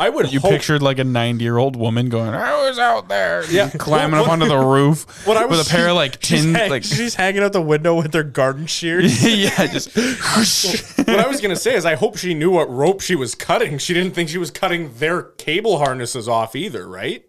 [SPEAKER 5] I would
[SPEAKER 4] You
[SPEAKER 5] hope,
[SPEAKER 4] pictured like a ninety-year-old woman going, "I was out there,
[SPEAKER 5] Yeah.
[SPEAKER 4] climbing
[SPEAKER 5] What-
[SPEAKER 4] up onto the roof
[SPEAKER 5] what I was-
[SPEAKER 4] with a pair of like tin,
[SPEAKER 6] Hang-
[SPEAKER 4] like
[SPEAKER 6] she's hanging out the window with her garden shears.
[SPEAKER 4] yeah, just whoosh.
[SPEAKER 5] What I was gonna say is, I hope she knew what rope she was cutting. She didn't think she was cutting their cable harnesses off either, right?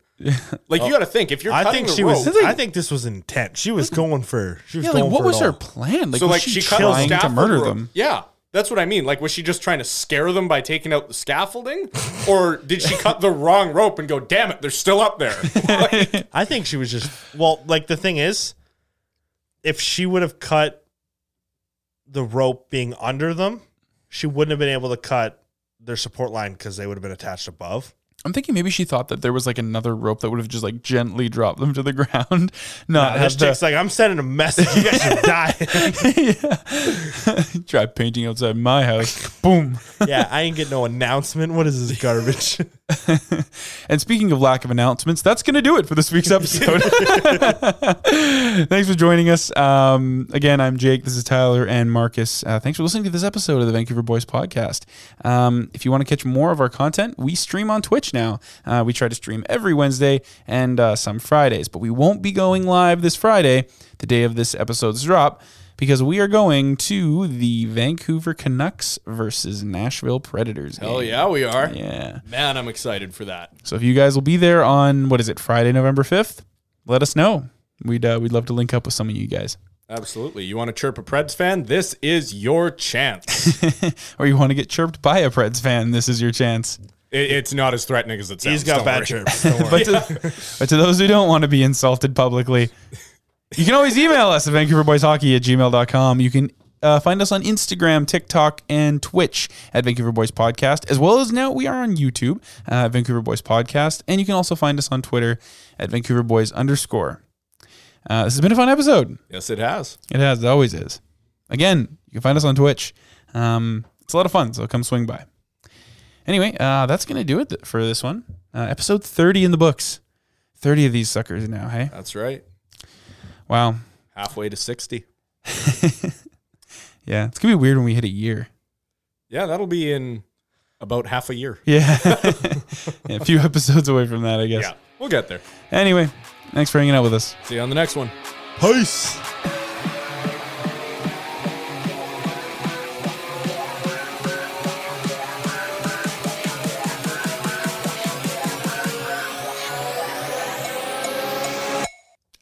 [SPEAKER 5] Like
[SPEAKER 4] Oh,
[SPEAKER 5] you got to think if you're
[SPEAKER 6] I
[SPEAKER 5] cutting
[SPEAKER 6] think
[SPEAKER 5] the
[SPEAKER 6] she
[SPEAKER 5] rope,
[SPEAKER 6] was. I think this was intent. She was going for. She was
[SPEAKER 4] Yeah,
[SPEAKER 6] going
[SPEAKER 4] like what
[SPEAKER 6] for it
[SPEAKER 4] was her
[SPEAKER 6] all.
[SPEAKER 4] plan? Like,
[SPEAKER 5] so
[SPEAKER 4] was
[SPEAKER 5] like
[SPEAKER 4] she,
[SPEAKER 5] she, cut
[SPEAKER 4] trying
[SPEAKER 5] the
[SPEAKER 4] to
[SPEAKER 5] scaffold
[SPEAKER 4] murder
[SPEAKER 5] rope.
[SPEAKER 4] them?
[SPEAKER 5] Yeah, that's what I mean. Like was she just trying to scare them by taking out the scaffolding, or did she cut the wrong rope and go, "Damn it, they're still up there"? Like,
[SPEAKER 6] I think she was just well, like the thing is, if she would have cut the rope being under them, she wouldn't have been able to cut their support line because they would have been attached above.
[SPEAKER 4] I'm thinking maybe she thought that there was like another rope that would have just like gently dropped them to the ground. Not
[SPEAKER 6] Uh, this
[SPEAKER 4] have
[SPEAKER 6] chick's
[SPEAKER 4] the,
[SPEAKER 6] like, I'm sending a message. You guys should die.
[SPEAKER 4] yeah. try painting outside my house. Boom.
[SPEAKER 6] yeah, I ain't get no announcement. What is this garbage?
[SPEAKER 4] And speaking of lack of announcements, that's going to do it for this week's episode. thanks for joining us. Um, again, I'm Jake. This is Tyler and Marcus. Uh, thanks for listening to this episode of the Vancouver Boys Podcast. Um, if you want to catch more of our content, we stream on Twitch now. Uh, we try to stream every Wednesday and uh, some Fridays, but we won't be going live this Friday, the day of this episode's drop. Because we are going to the Vancouver Canucks versus Nashville Predators.
[SPEAKER 5] hell
[SPEAKER 4] game.
[SPEAKER 5] yeah, we are.
[SPEAKER 4] Yeah.
[SPEAKER 5] Man, I'm excited for that.
[SPEAKER 4] So if you guys will be there on what is it, Friday, November fifth, let us know. We'd uh, we'd love to link up with some of you guys,
[SPEAKER 5] Absolutely. You want to chirp a Preds fan? This is your chance.
[SPEAKER 4] or you want to get chirped by a Preds fan. This is your chance.
[SPEAKER 5] It- it's not as threatening as it sounds.
[SPEAKER 6] He's got
[SPEAKER 5] don't
[SPEAKER 6] bad
[SPEAKER 5] worry.
[SPEAKER 6] chirps. Don't worry.
[SPEAKER 4] But to, but to those who don't want to be insulted publicly, you can always email us at VancouverBoysHockey at gmail.com. You can uh, find us on Instagram, TikTok, and Twitch at Vancouver Boys Podcast, as well as now we are on YouTube uh, Vancouver Boys Podcast. And you can also find us on Twitter at Vancouver Boys underscore. Uh, this has been a fun episode.
[SPEAKER 5] Yes, it has.
[SPEAKER 4] It has. It always is. Again, you can find us on Twitch. Um, it's a lot of fun, so come swing by. Anyway, uh, that's going to do it th- for this one. Uh, episode 30 in the books. 30 of these suckers now, hey?
[SPEAKER 5] That's right.
[SPEAKER 4] Wow.
[SPEAKER 5] Halfway to 60.
[SPEAKER 4] Yeah, it's going to be weird when we hit a year.
[SPEAKER 5] Yeah, that'll be in about half a year.
[SPEAKER 4] Yeah. yeah a few episodes away from that, I guess.
[SPEAKER 5] Yeah, we'll get there.
[SPEAKER 4] Anyway, thanks for hanging out with us.
[SPEAKER 5] See you on the next one.
[SPEAKER 6] Peace.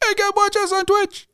[SPEAKER 4] Hey, go watch us on Twitch.